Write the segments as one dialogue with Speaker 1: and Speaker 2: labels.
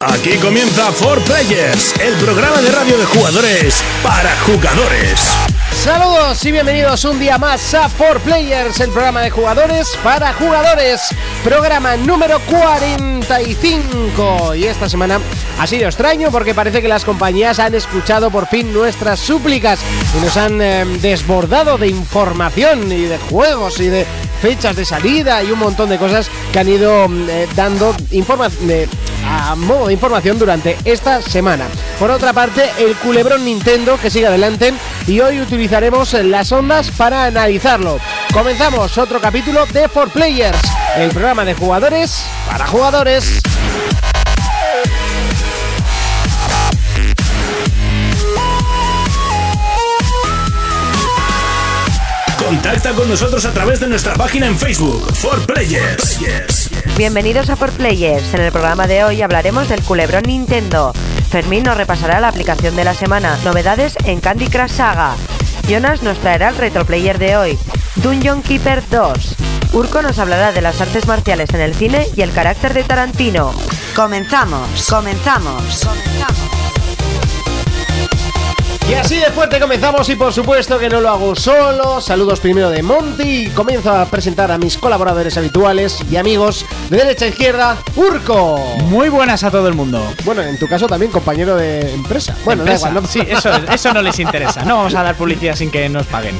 Speaker 1: Aquí comienza For Players, el programa de radio de jugadores para jugadores.
Speaker 2: Saludos y bienvenidos un día más a 4 Players, el programa de jugadores para jugadores, programa número 45. Y esta semana ha sido extraño porque parece que las compañías han escuchado por fin nuestras súplicas y nos han eh, desbordado de información y de juegos y de fechas de salida y un montón de cosas que han ido eh, dando información. Eh, a modo de información durante esta semana. Por otra parte, el culebrón Nintendo que sigue adelante y hoy utilizaremos las ondas para analizarlo. Comenzamos otro capítulo de 4 Players, el programa de jugadores para jugadores.
Speaker 1: Contacta con nosotros a través de nuestra página en Facebook, For Players.
Speaker 3: Bienvenidos a 4 Players. En el programa de hoy hablaremos del culebrón Nintendo. Fermín nos repasará la aplicación de la semana, novedades en Candy Crush Saga. Jonas nos traerá el retroplayer de hoy, Dungeon Keeper 2. Urco nos hablará de las artes marciales en el cine y el carácter de Tarantino.
Speaker 4: Comenzamos, comenzamos.
Speaker 2: Y así de fuerte comenzamos y por supuesto que no lo hago solo. Saludos primero de Monty y comienzo a presentar a mis colaboradores habituales y amigos de derecha a izquierda, Urco.
Speaker 5: Muy buenas a todo el mundo.
Speaker 2: Bueno, en tu caso también compañero de empresa. Bueno,
Speaker 5: Empresa.
Speaker 2: da igual, no
Speaker 5: Sí, eso, eso no les interesa. No vamos a dar publicidad sin que nos paguen.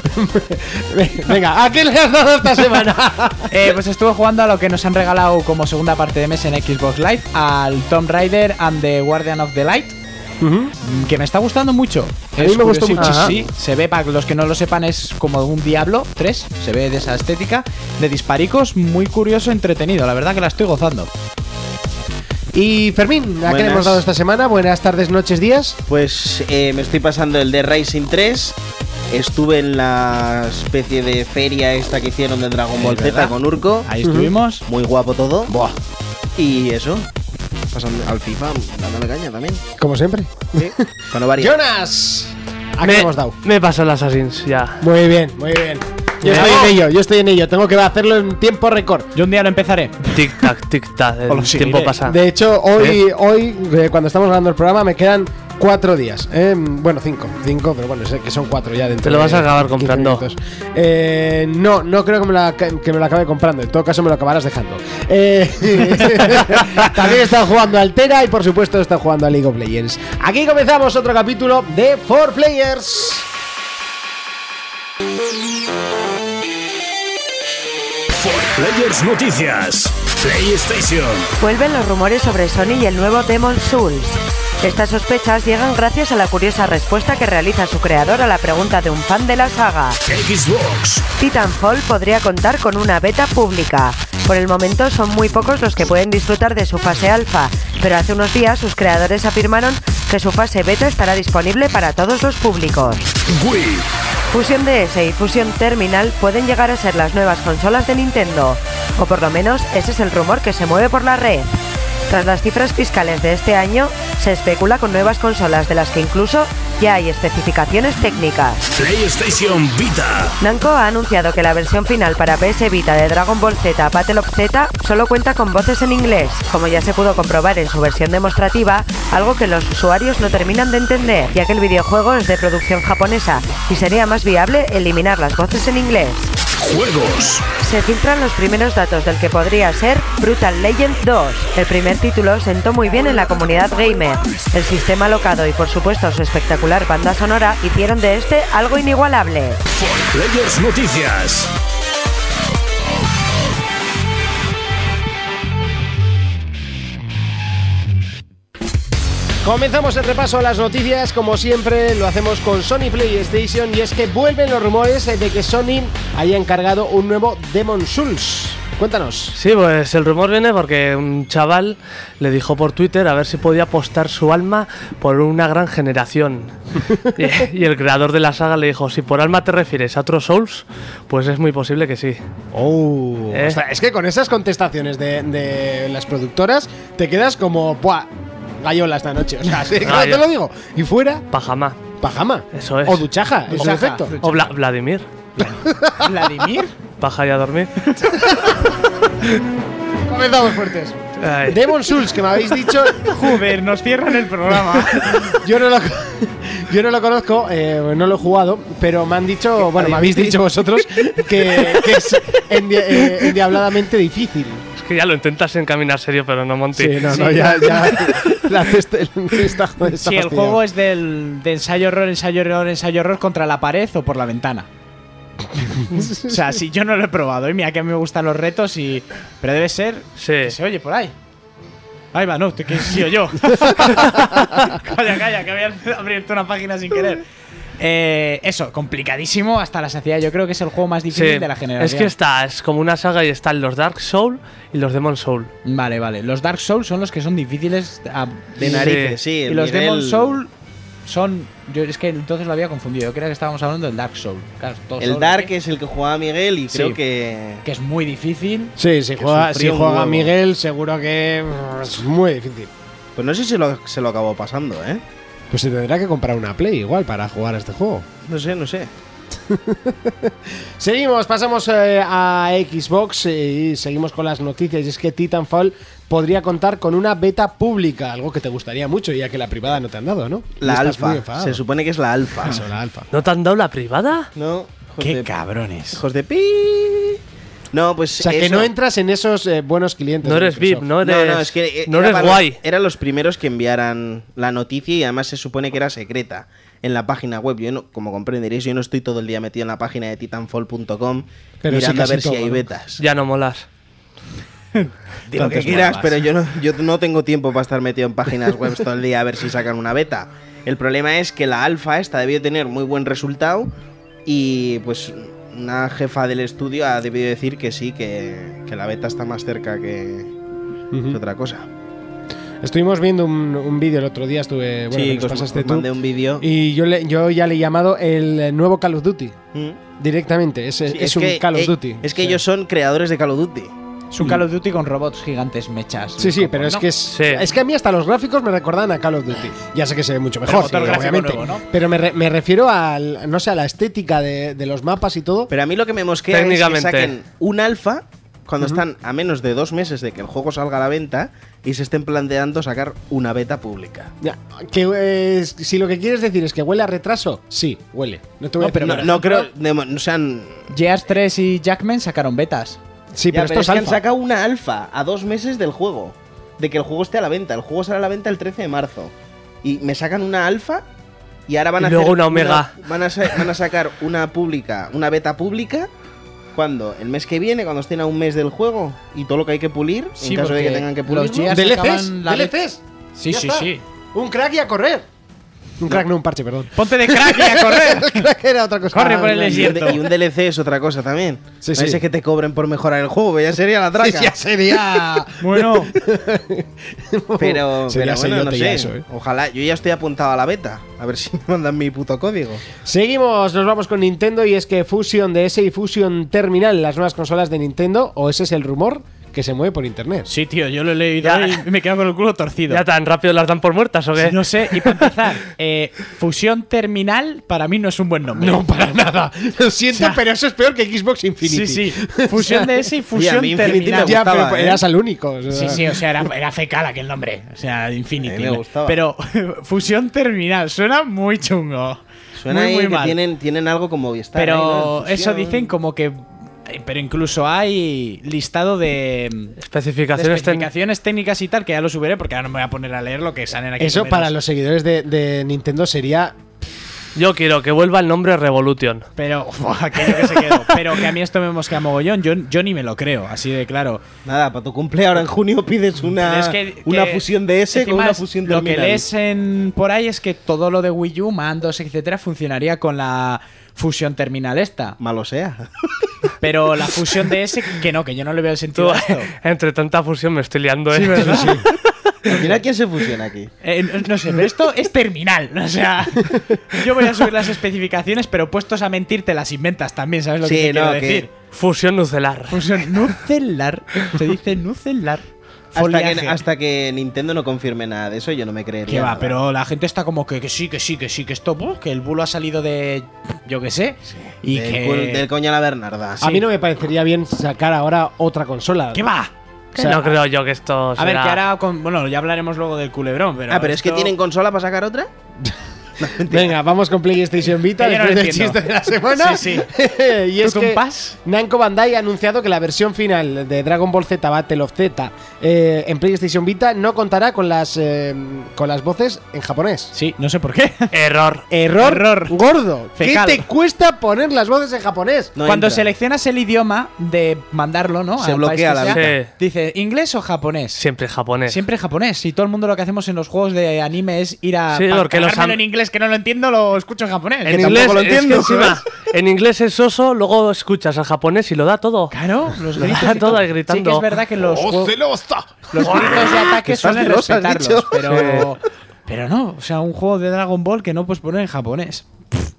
Speaker 2: Venga, ¿a qué le has dado esta semana?
Speaker 5: Eh, pues estuve jugando a lo que nos han regalado como segunda parte de mes en Xbox Live, al Tomb Raider and the Guardian of the Light. mm, Que me está gustando mucho.
Speaker 2: A mí
Speaker 5: Es
Speaker 2: me gustó
Speaker 5: curiosito.
Speaker 2: mucho.
Speaker 5: Sí, se ve, para los que no lo sepan, es como un Diablo 3. Se ve de esa estética de disparicos, muy curioso, entretenido. La verdad que la estoy gozando.
Speaker 2: Y Fermín, ¿a qué le
Speaker 6: Buenas.
Speaker 2: hemos dado esta semana? Buenas tardes, noches, días.
Speaker 6: Pues eh, me estoy pasando el de Racing 3. Estuve en la especie de feria esta que hicieron de Dragon Ball Z
Speaker 5: ¿verdad?
Speaker 6: con Urco.
Speaker 5: Ahí estuvimos.
Speaker 6: Muy guapo todo. Y eso. Pasando al FIFA, dándole caña también.
Speaker 2: Como siempre.
Speaker 6: Sí. Cuando varía.
Speaker 2: Eh, Jonas, ¿a qué le
Speaker 7: me,
Speaker 2: hemos dado?
Speaker 7: me pasó el Assassin's, ya.
Speaker 2: Muy bien, muy bien. Yo
Speaker 7: Bravo.
Speaker 2: estoy en ello, yo estoy en ello. Tengo que hacerlo en tiempo récord.
Speaker 5: Yo un día lo empezaré.
Speaker 7: Tic tac, tic tac.
Speaker 5: O lo
Speaker 7: El
Speaker 5: seguiré.
Speaker 7: tiempo pasa.
Speaker 2: De hecho, hoy, hoy eh, cuando estamos grabando el programa, me quedan cuatro días. eh, bueno, cinco. Cinco, pero bueno, sé que son cuatro ya dentro
Speaker 7: Te lo
Speaker 2: de
Speaker 7: vas a acabar
Speaker 2: 15
Speaker 7: comprando.
Speaker 2: minutos. Eh, no, no creo que me, la, que me lo acabe comprando. En todo caso, me lo acabarás dejando. Eh, también están jugando a Altera y, por supuesto, están jugando a League of Legends. Aquí comenzamos otro capítulo de 4 Players.
Speaker 1: Players Noticias, PlayStation,
Speaker 3: Vuelven los rumores sobre Sony y el nuevo Demon Souls. Estas sospechas llegan gracias a la curiosa respuesta que realiza su creador a la pregunta de un fan de la saga.
Speaker 1: Xbox,
Speaker 3: Titanfall podría contar con una beta pública. Por el momento son muy pocos los que pueden disfrutar de su fase alfa, pero hace unos días sus creadores afirmaron que su fase beta estará disponible para todos los públicos.
Speaker 1: Wii,
Speaker 3: Fusion DS y Fusion Terminal pueden llegar a ser las nuevas consolas de Nintendo, o por lo menos ese es el rumor que se mueve por la red. Tras las cifras fiscales de este año, se especula con nuevas consolas de las que incluso ya hay especificaciones técnicas.
Speaker 1: PlayStation Vita,
Speaker 3: Namco ha anunciado que la versión final para PS Vita de Dragon Ball Z Battle of Z solo cuenta con voces en inglés, como ya se pudo comprobar en su versión demostrativa, algo que los usuarios no terminan de entender, ya que el videojuego es de producción japonesa y sería más viable eliminar las voces en inglés.
Speaker 1: Juegos,
Speaker 3: Se filtran los primeros datos del que podría ser Brutal Legend 2. El primer título sentó muy bien en la comunidad gamer. El sistema locado y por supuesto su espectacular banda sonora hicieron de este algo inigualable.
Speaker 1: Players Noticias,
Speaker 2: Comenzamos el repaso a las noticias, como siempre lo hacemos con Sony PlayStation y es que vuelven los rumores de que Sony haya encargado un nuevo Demon Souls. Cuéntanos.
Speaker 7: Sí, pues el rumor viene porque un chaval le dijo por Twitter a ver si podía apostar su alma por una gran generación. y, y el creador de la saga le dijo, si por alma te refieres a otros Souls, pues es muy posible que sí.
Speaker 2: Oh,
Speaker 7: Eh.
Speaker 2: es que con esas contestaciones de, de las productoras te quedas como, ¡buah! Gallola esta noche. O sea, sí, claro, te
Speaker 7: Gallo.
Speaker 2: lo digo. Y fuera,
Speaker 7: Pajamá.
Speaker 2: pajama.
Speaker 7: Eso es.
Speaker 2: O duchaja, en su
Speaker 5: Duchaja.
Speaker 2: defecto.
Speaker 7: O Vla- Vladimir.
Speaker 5: Vladimir.
Speaker 7: Paja y a dormir.
Speaker 2: Comenzamos fuertes.
Speaker 7: Ay.
Speaker 2: Demon Souls, que me habéis dicho,
Speaker 8: Joder, nos cierran el programa.
Speaker 2: yo no lo, yo no lo conozco, eh, no lo he jugado, pero me han dicho, bueno, me habéis dicho vosotros que, que es endia- eh, endiabladamente difícil.
Speaker 7: Es que ya lo intentas encaminar serio, pero no, Monty.
Speaker 2: Sí, no, no, ya, ya. La cesta- está- está
Speaker 5: Si el
Speaker 2: fastidiado.
Speaker 5: juego es del, de ensayo error, ensayo error, ensayo error contra la pared o por la ventana. o sea, si yo no lo he probado, y mira que a mí me gustan los retos y. Pero debe ser
Speaker 7: Sí.
Speaker 5: que se oye por ahí. Ay, va, no, te que he sido yo. calla, calla, que había abierto una página sin querer. Eh, eso, complicadísimo hasta la saciedad. Yo creo que es el juego más difícil
Speaker 7: Sí.
Speaker 5: de la generación.
Speaker 7: Es que está, es como una saga y están los Dark Soul y los Demon Soul.
Speaker 5: Vale, vale. Los Dark Souls son los que son difíciles a-
Speaker 6: De narices, sí.
Speaker 5: y
Speaker 6: el
Speaker 5: los
Speaker 6: nivel-
Speaker 5: Demon Soul son. Yo es que entonces lo había confundido. Yo creía que estábamos hablando del Dark Soul. Claro, todos
Speaker 6: El
Speaker 5: Souls,
Speaker 6: Dark
Speaker 5: ¿eh?
Speaker 6: es el que jugaba Miguel y creo
Speaker 5: Sí.
Speaker 6: que.
Speaker 5: Que es muy difícil.
Speaker 2: Sí, si
Speaker 6: que
Speaker 2: juega, si
Speaker 6: sufría un
Speaker 2: juega
Speaker 6: huevo.
Speaker 2: Miguel, seguro que mm, es muy difícil.
Speaker 6: Pues no sé si lo- se lo acabó pasando, ¿eh?
Speaker 2: Pues se tendrá que comprar una Play igual para jugar a este juego.
Speaker 6: No sé, no sé.
Speaker 2: Seguimos, pasamos eh, a Xbox eh, y seguimos con las noticias. Y es que Titanfall podría contar con una beta pública, algo que te gustaría mucho, ya que la privada no te han dado, ¿no? Y
Speaker 6: La
Speaker 2: estás muy
Speaker 6: alfa.
Speaker 2: enfadado.
Speaker 6: Se supone que es la alfa.
Speaker 2: Eso, la alfa.
Speaker 7: ¿No te han dado la privada?
Speaker 6: No. hijos
Speaker 5: Qué
Speaker 6: de-
Speaker 5: cabrones.
Speaker 6: Hijos de pi. No, pues.
Speaker 2: O sea, que
Speaker 6: eso-
Speaker 2: no entras en esos eh, buenos clientes.
Speaker 7: No
Speaker 2: de
Speaker 7: eres VIP,
Speaker 2: Microsoft.
Speaker 7: no eres,
Speaker 6: No, no, es que eh,
Speaker 7: no
Speaker 6: era
Speaker 7: eres
Speaker 6: para-
Speaker 7: guay.
Speaker 6: Eran los primeros que enviaran la noticia y además se supone que era secreta en la página web. Yo no, como comprenderéis, yo no estoy todo el día metido en la página de titanfall.com
Speaker 2: Pero sí
Speaker 6: mirando a
Speaker 2: casi
Speaker 6: ver
Speaker 2: todo,
Speaker 6: si hay
Speaker 2: ¿no?
Speaker 6: betas.
Speaker 7: Ya no molas.
Speaker 6: Digo que quieras, pero yo no, yo no tengo tiempo para estar metido en páginas web todo el día a ver si sacan una beta. El problema es que la alfa esta debió tener muy buen resultado y pues una jefa del estudio ha debido decir que sí, que, que la beta está más cerca que, que otra cosa.
Speaker 2: Estuvimos viendo un, un vídeo el otro día, estuve. Bueno, que
Speaker 6: sí,
Speaker 2: nos
Speaker 6: que os-
Speaker 2: pasaste
Speaker 6: os
Speaker 2: tú.
Speaker 6: mandé un vídeo.
Speaker 2: Y yo, le- yo ya le he llamado el nuevo Call of Duty.
Speaker 6: Mm.
Speaker 2: Directamente, es,
Speaker 6: Sí,
Speaker 2: es, un
Speaker 6: que-
Speaker 2: Call of
Speaker 6: eh,
Speaker 2: Duty.
Speaker 6: Es que
Speaker 2: Sí.
Speaker 6: ellos son creadores de Call of Duty.
Speaker 5: Es un Call of Duty con robots gigantes mechas.
Speaker 2: Sí, sí,
Speaker 5: Como,
Speaker 2: pero es
Speaker 5: ¿no?
Speaker 2: que es,
Speaker 7: Sí.
Speaker 2: es que a mí hasta los gráficos me recordaban a Call of Duty. Ya sé que se ve mucho mejor,
Speaker 5: motor
Speaker 2: sí,
Speaker 5: gráfico
Speaker 2: obviamente.
Speaker 5: nuevo, ¿no?
Speaker 2: Pero me, re- me refiero al, no sé, a la estética de, de los mapas y todo.
Speaker 6: Pero a mí lo que me mosquea es que
Speaker 7: Técnicamente.
Speaker 6: saquen un alfa cuando están a menos de dos meses de que el juego salga a la venta y se estén planteando sacar una beta pública.
Speaker 2: Ya, que, eh, si lo que quieres decir es que huele a retraso, sí, huele. No te voy a
Speaker 5: No,
Speaker 2: decir
Speaker 5: pero
Speaker 6: no,
Speaker 2: nada.
Speaker 6: no creo. de mo- o sea, n-
Speaker 5: Gears 3 y Jackman sacaron betas.
Speaker 2: Sí,
Speaker 6: ya,
Speaker 2: pero esto
Speaker 6: pero
Speaker 2: es
Speaker 6: es que han
Speaker 2: alfa.
Speaker 6: sacado una alfa a dos meses del juego. De que el juego esté a la venta. El juego sale a la venta el 13 de marzo. Y me sacan una alfa y ahora van
Speaker 7: Y
Speaker 6: a
Speaker 7: luego
Speaker 6: hacer
Speaker 7: una omega.
Speaker 6: van, a sa- van a sacar una pública, una beta pública. cuando ¿El mes que viene? Cuando estén a un mes del juego y todo lo que hay que pulir,
Speaker 5: Sí,
Speaker 6: en caso de que
Speaker 5: porque
Speaker 6: tengan que
Speaker 5: los
Speaker 6: pulirlo.
Speaker 5: Gears-
Speaker 2: ¿DLCs?
Speaker 5: sacaban la
Speaker 2: ¿DLCs?
Speaker 5: Sí,
Speaker 2: Ya
Speaker 5: sí,
Speaker 2: está.
Speaker 5: sí.
Speaker 2: Un crack y a correr. Un crack, no un parche, perdón.
Speaker 5: Ponte de crack y a correr.
Speaker 2: El crack era otra cosa.
Speaker 5: Corre por el
Speaker 2: Ah,
Speaker 6: Y un,
Speaker 5: desierto.
Speaker 6: de- y un DLC es otra cosa también.
Speaker 2: Sí,
Speaker 6: no
Speaker 2: sí.
Speaker 6: es que te cobren por mejorar el juego, ya sería la
Speaker 2: sí,
Speaker 6: traca.
Speaker 2: Ya
Speaker 5: Ah.
Speaker 2: sería.
Speaker 5: bueno,
Speaker 6: Pero,
Speaker 2: Sería
Speaker 6: pero bueno, no
Speaker 2: sellote ya
Speaker 6: sé.
Speaker 2: eso, ¿eh?
Speaker 6: Ojalá, yo ya estoy apuntado a la beta. A ver si me mandan mi puto código.
Speaker 2: Seguimos, nos vamos con Nintendo y es que Fusion DS y Fusion Terminal, las nuevas consolas de Nintendo, o ese es el rumor que se mueve por internet.
Speaker 5: sí, tío, yo lo he leído
Speaker 7: Ya.
Speaker 5: y me quedo con el culo torcido.
Speaker 7: ¿Ya tan rápido las dan por muertas o qué?
Speaker 5: No sé, y para empezar, eh, fusión terminal para mí no es un buen nombre.
Speaker 2: No, para nada. Lo siento,
Speaker 5: O sea,
Speaker 2: pero eso es peor que Xbox Infinity.
Speaker 5: Sí, sí. Fusión de ese y
Speaker 6: Oye, a
Speaker 5: fusión
Speaker 6: mí Infinity me
Speaker 5: terminal.
Speaker 6: gusta.
Speaker 2: Ya,
Speaker 6: gustaba,
Speaker 2: pero
Speaker 6: ¿eh?
Speaker 2: eras al único. o sea.
Speaker 5: Sí, sí, o sea, era, era fecal aquel nombre. O sea, Infinity.
Speaker 6: A mí me gustaba.
Speaker 5: Pero fusión terminal suena muy chungo.
Speaker 6: Suena
Speaker 5: muy,
Speaker 6: ahí
Speaker 5: muy
Speaker 6: que
Speaker 5: mal.
Speaker 6: tienen, tienen algo como Movistar. ahí, ¿no?
Speaker 5: pero
Speaker 6: En fusión.
Speaker 5: eso dicen como que. eh, Pero incluso hay listado de. de
Speaker 7: Especificaciones ten-
Speaker 5: Especificaciones técnicas y tal, que ya lo subiré porque ahora no me voy a poner a leer lo que salen aquí.
Speaker 2: Eso
Speaker 5: números.
Speaker 2: para los seguidores de, de Nintendo sería.
Speaker 7: Yo quiero que vuelva el nombre Revolution.
Speaker 5: Pero, aquello que se quedó. Pero que a mí esto me mosquea mogollón, yo, yo ni me lo creo, así de claro.
Speaker 6: Nada, para tu cumple ahora en junio pides una,
Speaker 5: Es que-
Speaker 6: una
Speaker 5: que-
Speaker 6: fusión de ese con
Speaker 5: encima
Speaker 6: una
Speaker 5: es-
Speaker 6: fusión
Speaker 5: Lo que
Speaker 6: terminal.
Speaker 5: lees en- por ahí es que todo lo de Wii U, mandos, etcétera, funcionaría con la fusión terminal esta.
Speaker 6: Malo sea.
Speaker 5: Pero la fusión de ese, que no, que yo no le veo el
Speaker 7: Tú,
Speaker 5: sentido a esto.
Speaker 7: entre tanta fusión me estoy liando, ¿eh?
Speaker 6: Mira quién se fusiona aquí.
Speaker 5: Eh, no, no sé, pero esto es terminal. O sea, yo voy a subir las especificaciones, pero puestos a mentir, te las inventas también, ¿sabes lo
Speaker 6: Sí,
Speaker 5: que te quiero
Speaker 6: no, que-
Speaker 5: decir?
Speaker 7: Fusión nucelar.
Speaker 5: Fusión nucelar. Se dice nucelar.
Speaker 6: Hasta que,
Speaker 5: Foliaje.
Speaker 6: hasta que Nintendo no confirme nada de eso, yo no me creería.
Speaker 5: Que va,
Speaker 6: nada.
Speaker 5: pero la gente está como que, que sí, que sí, que sí, que esto, buh, que el bulo ha salido de. Yo qué sé. Y
Speaker 6: del,
Speaker 5: que.
Speaker 6: cul- del coño a la Bernarda.
Speaker 2: A mí no me parecería bien sacar ahora otra consola.
Speaker 5: ¿Qué va?
Speaker 7: Que no creo yo que esto
Speaker 5: A ver,
Speaker 7: será-
Speaker 5: que ahora. con- bueno, ya hablaremos luego del culebrón, pero.
Speaker 6: ah, pero es que
Speaker 5: esto-
Speaker 6: tienen consola para sacar otra.
Speaker 2: Venga, vamos con PlayStation Vita.
Speaker 5: Que yo no
Speaker 2: después
Speaker 5: lo
Speaker 2: del
Speaker 5: entiendo.
Speaker 2: chiste de la semana.
Speaker 5: Sí,
Speaker 2: y es
Speaker 5: ¿Tú
Speaker 2: que
Speaker 5: compás?
Speaker 2: Namco Bandai ha anunciado que la versión final de Dragon Ball Z Battle of Z eh, en PlayStation Vita no contará con las eh, con las voces en japonés.
Speaker 5: Sí, no sé por qué.
Speaker 7: Error.
Speaker 2: Error,
Speaker 5: Error.
Speaker 2: gordo.
Speaker 5: Fecal.
Speaker 2: ¿Qué te cuesta poner las voces en japonés?
Speaker 6: No
Speaker 5: Cuando
Speaker 6: entra.
Speaker 5: seleccionas el idioma de mandarlo, ¿no?
Speaker 6: Se
Speaker 5: Al
Speaker 6: bloquea
Speaker 5: país que
Speaker 6: la
Speaker 5: sea,
Speaker 7: vista.
Speaker 5: Dice, ¿inglés o japonés?
Speaker 7: Siempre japonés.
Speaker 5: Siempre japonés. Y todo el mundo lo que hacemos en los juegos de anime es ir a.
Speaker 7: Sí,
Speaker 5: pa-
Speaker 7: porque los
Speaker 5: cagármelo
Speaker 7: am-
Speaker 5: en inglés que no lo entiendo, lo escucho en japonés.
Speaker 7: En
Speaker 5: Que
Speaker 7: inglés,
Speaker 5: tampoco lo
Speaker 7: es que
Speaker 5: entiendo.
Speaker 7: encima, en inglés es oso, luego escuchas al japonés y lo da todo.
Speaker 5: Claro, los
Speaker 7: Lo
Speaker 5: gritos.
Speaker 7: da
Speaker 5: y
Speaker 7: todo ahí
Speaker 5: Sí que
Speaker 7: gritando.
Speaker 5: es verdad que
Speaker 1: Oh,
Speaker 5: los, juegos- los
Speaker 6: Joder,
Speaker 5: gritos de
Speaker 6: que
Speaker 5: ataque
Speaker 6: estás
Speaker 5: suelen
Speaker 6: celosa, has
Speaker 5: respetarlos,
Speaker 6: dicho.
Speaker 5: pero. Pero no, o sea, un juego de Dragon Ball que no puedes poner en japonés. Pff.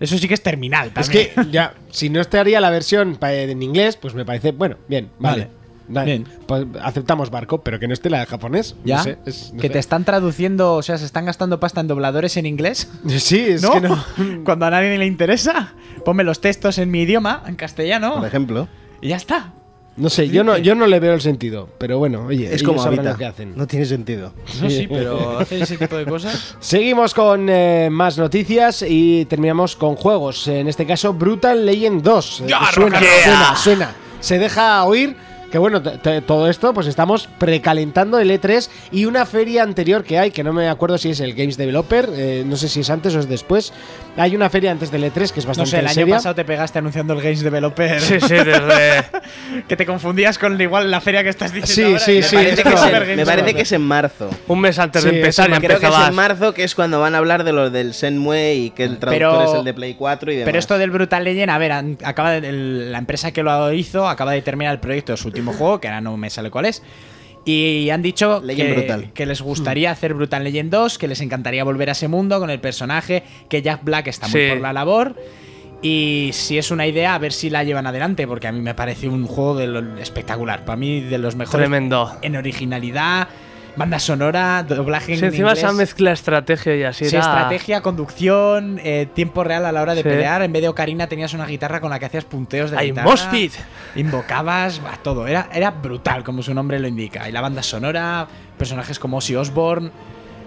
Speaker 5: Eso sí que es terminal.
Speaker 2: Es
Speaker 5: también.
Speaker 2: que ya, si no estaría la versión pa- en inglés, pues me parece, bueno, bien, vale.
Speaker 5: Vale.
Speaker 2: Vale.
Speaker 5: Bien.
Speaker 2: Pues aceptamos barco, pero que no esté la de japonés.
Speaker 5: ¿Ya?
Speaker 2: No sé, es- no
Speaker 5: que
Speaker 2: sé.
Speaker 5: te están traduciendo, o sea, se están gastando pasta en dobladores en inglés.
Speaker 2: Sí, es
Speaker 5: ¿No?
Speaker 2: que no.
Speaker 5: Cuando a nadie le interesa, ponme los textos en mi idioma, en castellano,
Speaker 6: Por ejemplo,
Speaker 5: y ya está.
Speaker 2: No sé, yo no, yo no le veo el sentido, pero bueno, oye,
Speaker 6: es como
Speaker 2: ellos sabrán
Speaker 6: Habita.
Speaker 2: lo que hacen.
Speaker 6: No tiene sentido.
Speaker 5: No, sí, pero hacer ese tipo de cosas.
Speaker 2: Seguimos con eh, más noticias y terminamos con juegos. En este caso, Brutal Legend 2. Eh, suena, suena, suena. Se deja oír que, bueno, t- t- todo esto, pues estamos precalentando el E3 y una feria anterior que hay, que no me acuerdo si es el Games Developer, eh, no sé si es antes o es después. Hay una feria antes del E3 que es
Speaker 5: No
Speaker 2: bastante
Speaker 5: sé, el año
Speaker 2: seria.
Speaker 5: pasado te pegaste anunciando el Games Developer.
Speaker 7: Sí, sí, desde.
Speaker 5: Que te confundías con igual la feria que estás diciendo.
Speaker 2: Sí,
Speaker 5: ahora,
Speaker 2: sí,
Speaker 5: y
Speaker 2: sí,
Speaker 5: me
Speaker 6: parece
Speaker 2: esto-
Speaker 5: parece
Speaker 6: que es en-
Speaker 5: Super Games
Speaker 6: me parece
Speaker 5: Developer.
Speaker 6: que es en marzo.
Speaker 7: Un mes antes
Speaker 2: Sí,
Speaker 7: de empezar ya
Speaker 2: eso me-
Speaker 6: Creo que es
Speaker 7: empezabas.
Speaker 6: en marzo, que es cuando van a hablar de los del Senmue y que el traductor
Speaker 5: Pero-
Speaker 6: es el de Play 4 y demás.
Speaker 5: Pero esto del Brutal Legend, a ver, an- acaba de- el- la empresa que lo hizo acaba de terminar el proyecto de su último juego, que ahora no me sale cuál es. Y han dicho
Speaker 6: Legend
Speaker 5: que,
Speaker 6: Brutal.
Speaker 5: que les gustaría hacer Brutal Legend 2, que les encantaría volver a ese mundo con el personaje, que Jack Black está muy
Speaker 7: Sí.
Speaker 5: por la labor. Y si es una idea, a ver si la llevan adelante, porque a mí me parece un juego de lo- espectacular. Para mí, de los mejores.
Speaker 7: Tremendo.
Speaker 5: En originalidad, banda sonora, doblaje
Speaker 7: Sí,
Speaker 5: en
Speaker 7: encima
Speaker 5: inglés.
Speaker 7: esa mezcla estrategia y así
Speaker 5: Sí,
Speaker 7: era-
Speaker 5: estrategia, conducción, eh, tiempo real a la hora de
Speaker 7: Sí.
Speaker 5: pelear. En vez de Ocarina tenías una guitarra con la que hacías punteos de
Speaker 7: ¡Ay,
Speaker 5: guitarra.
Speaker 7: Mospit!
Speaker 5: Invocabas, bah, todo. Era, era brutal, como su nombre lo indica. Y la banda sonora, personajes como Ozzy Osbourne.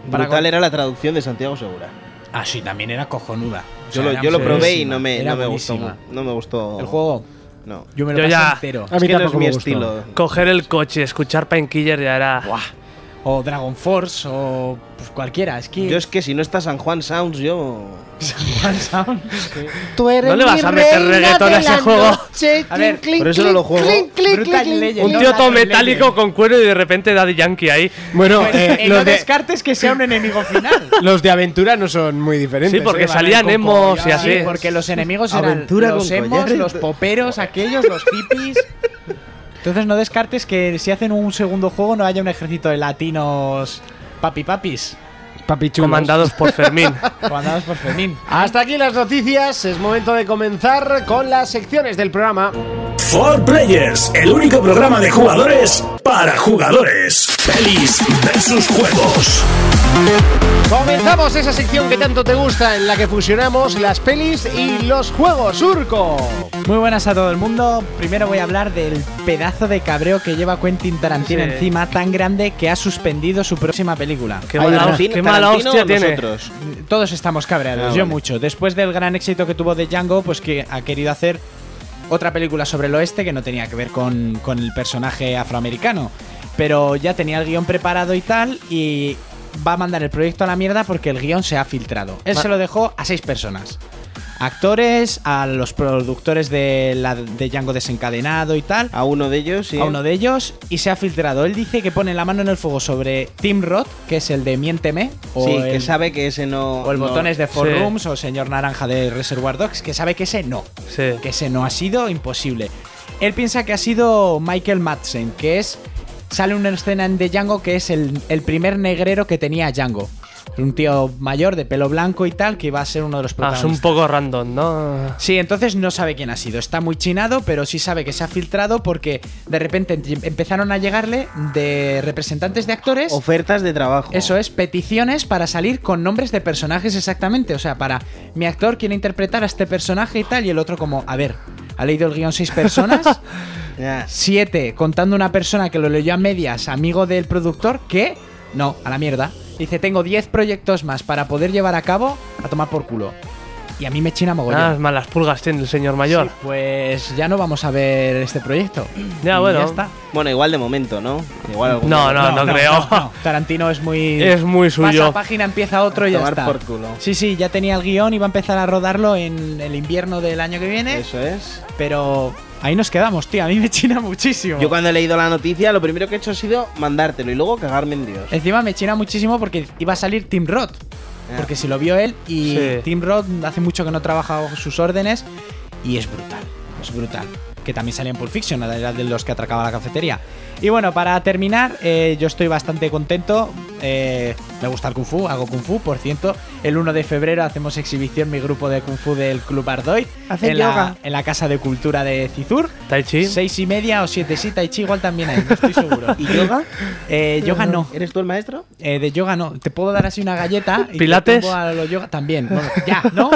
Speaker 6: Brutal
Speaker 5: con-
Speaker 6: era la traducción de Santiago Segura.
Speaker 5: Ah, sí, también era cojonuda. O
Speaker 6: Yo
Speaker 5: sea,
Speaker 6: lo,
Speaker 5: era
Speaker 6: yo lo probé y
Speaker 5: buenísima,
Speaker 6: no me,
Speaker 5: era
Speaker 6: no me gustó.
Speaker 5: buenísima.
Speaker 6: mu- No me gustó.
Speaker 5: El juego,
Speaker 6: No.
Speaker 5: yo me lo
Speaker 7: Yo
Speaker 5: pasé
Speaker 7: ya-
Speaker 5: entero.
Speaker 2: A mí
Speaker 6: Es que no es
Speaker 2: tampoco
Speaker 6: mi
Speaker 2: me gustó.
Speaker 6: estilo.
Speaker 7: Coger el coche, escuchar Painkiller ya era.
Speaker 5: Buah. O Dragon Force, o pues, cualquiera. Es que.
Speaker 6: Yo es que si no está San Juan Sounds, yo.
Speaker 5: One Sound.
Speaker 2: Tú eres
Speaker 7: No le vas
Speaker 2: mi
Speaker 7: a meter
Speaker 2: reina
Speaker 7: reggaetón
Speaker 2: de
Speaker 7: a ese
Speaker 2: la
Speaker 7: juego.
Speaker 2: noche,
Speaker 5: A ver,
Speaker 2: clink,
Speaker 6: por eso no
Speaker 2: clink,
Speaker 6: lo juego.
Speaker 2: clink, clink,
Speaker 5: Brutal
Speaker 2: clink.
Speaker 5: Legend.
Speaker 7: Un
Speaker 5: No,
Speaker 7: tío
Speaker 5: la
Speaker 7: todo
Speaker 5: de Legend.
Speaker 7: metálico con cuero y de repente Daddy Yankee ahí.
Speaker 2: Bueno, eh,
Speaker 5: Eh, no
Speaker 2: los, de,
Speaker 5: descartes que sea un enemigo final.
Speaker 2: los de aventura no son muy diferentes.
Speaker 7: Sí, porque
Speaker 2: ¿eh?
Speaker 7: salían
Speaker 2: Van con
Speaker 7: emos y
Speaker 2: collares.
Speaker 7: así.
Speaker 5: Sí, porque los enemigos eran
Speaker 6: Aventura
Speaker 5: los
Speaker 6: con
Speaker 5: emos,
Speaker 6: collares.
Speaker 5: los poperos, aquellos, los hippies. Entonces no descartes que si hacen un segundo juego no haya un ejército de latinos papi papis.
Speaker 2: Papi chulos.
Speaker 7: Comandados por Fermín.
Speaker 5: Comandados por Fermín.
Speaker 2: Hasta aquí las noticias, es momento de comenzar con las secciones del programa.
Speaker 1: For Players, el único programa de jugadores para jugadores. Pelis versus juegos.
Speaker 2: Comenzamos esa sección que tanto te gusta, en la que fusionamos las pelis y los juegos surco.
Speaker 5: Muy buenas a todo el mundo. Primero voy a hablar del pedazo de cabreo que lleva Quentin Tarantino
Speaker 7: Sí.
Speaker 5: encima, tan grande que ha suspendido su próxima película.
Speaker 7: Qué mala,
Speaker 6: Tarantino-
Speaker 7: qué mala
Speaker 6: Tarantino
Speaker 7: hostia
Speaker 6: o
Speaker 7: tiene.
Speaker 6: nosotros.
Speaker 5: Todos estamos cabreados,
Speaker 6: Ah,
Speaker 5: yo
Speaker 6: vale.
Speaker 5: mucho. Después del gran éxito que tuvo de Django, pues que ha querido hacer otra película sobre el oeste que no tenía que ver con, con el personaje afroamericano. Pero ya tenía el guión preparado y tal, y va a mandar el proyecto a la mierda porque el guión se ha filtrado. Él
Speaker 7: Ma-
Speaker 5: se lo dejó a seis personas. Actores, a los productores de, la, de Django desencadenado y tal
Speaker 6: A uno de ellos, sí.
Speaker 5: a uno de ellos y se ha filtrado. Él dice que pone la mano en el fuego sobre Tim Roth, que es el de Miénteme, o,
Speaker 6: Sí,
Speaker 5: el,
Speaker 6: que sabe que ese no.
Speaker 5: o el
Speaker 6: no-
Speaker 5: botones de Four
Speaker 7: Sí.
Speaker 5: Rooms o Señor Naranja de Reservoir Dogs, que sabe que ese no,
Speaker 7: Sí.
Speaker 5: que ese no ha sido imposible. Él piensa que ha sido Michael Madsen, que es. Sale una escena en The Django que es el, el primer negrero que tenía Django. Un tío mayor de pelo blanco y tal, que iba a ser uno de los
Speaker 7: Ah, es
Speaker 5: protagonistas.
Speaker 7: un poco random, ¿no?
Speaker 5: Sí, entonces no sabe quién ha sido. Está muy chinado, pero sí sabe que se ha filtrado porque de repente em- empezaron a llegarle de representantes de actores.
Speaker 6: Ofertas de trabajo.
Speaker 5: Eso es, peticiones para salir con nombres de personajes exactamente. O sea, para mi actor quiere interpretar a este personaje y tal, y el otro como, a ver, ha leído el guión seis personas.
Speaker 6: Ya.
Speaker 5: 7. Contando una persona que lo leyó a medias, amigo del productor, que. No, a la mierda. Dice: Tengo 10 proyectos más para poder llevar a cabo a tomar por culo. Y a mí me china mogollón.
Speaker 7: Ah, malas pulgas tiene el señor mayor.
Speaker 5: Sí, pues ya no vamos a ver este proyecto.
Speaker 7: Ya,
Speaker 5: Y
Speaker 7: bueno.
Speaker 5: Ya está.
Speaker 6: Bueno, igual de momento, ¿no? Igual algún
Speaker 7: No, no, no, creo.
Speaker 5: no. Tarantino es muy.
Speaker 7: Es muy suyo.
Speaker 5: Pasa página, empieza otro y ya
Speaker 6: Tomar
Speaker 5: está.
Speaker 6: por culo.
Speaker 5: Sí, sí, ya tenía el guión, iba a empezar a rodarlo en el invierno del año que viene.
Speaker 6: Eso es.
Speaker 5: Pero ahí nos quedamos, tío. A mí me china muchísimo.
Speaker 6: Yo cuando he leído la noticia, lo primero que he hecho ha sido mandártelo y luego cagarme en Dios.
Speaker 5: Encima me china muchísimo porque iba a salir Tim Roth.
Speaker 6: Ya.
Speaker 5: Porque si lo vio él y
Speaker 7: Sí.
Speaker 5: Tim Roth hace mucho que no trabaja bajo sus órdenes y es brutal, es brutal. Que también salía en Pulp Fiction, era de los que atracaba la cafetería. Y bueno, para terminar, eh, yo estoy bastante contento. eh, me gusta el Kung Fu, hago Kung Fu, por cierto. El 1 de febrero hacemos exhibición mi grupo de Kung Fu del Club Ardoy.
Speaker 8: Hacen
Speaker 5: en
Speaker 8: yoga.
Speaker 5: La, en la Casa de Cultura de Cizur.
Speaker 7: Tai Chi.
Speaker 5: Seis y media o siete, sí, Tai Chi igual también hay, no estoy seguro.
Speaker 6: ¿Y yoga?
Speaker 5: Eh, yoga no,
Speaker 6: ¿Eres tú el maestro?
Speaker 5: eh, de yoga no. Te puedo dar así una galleta. Y
Speaker 7: ¿Pilates?
Speaker 5: te pongo a lo yoga también. Bueno, ya, ¿no?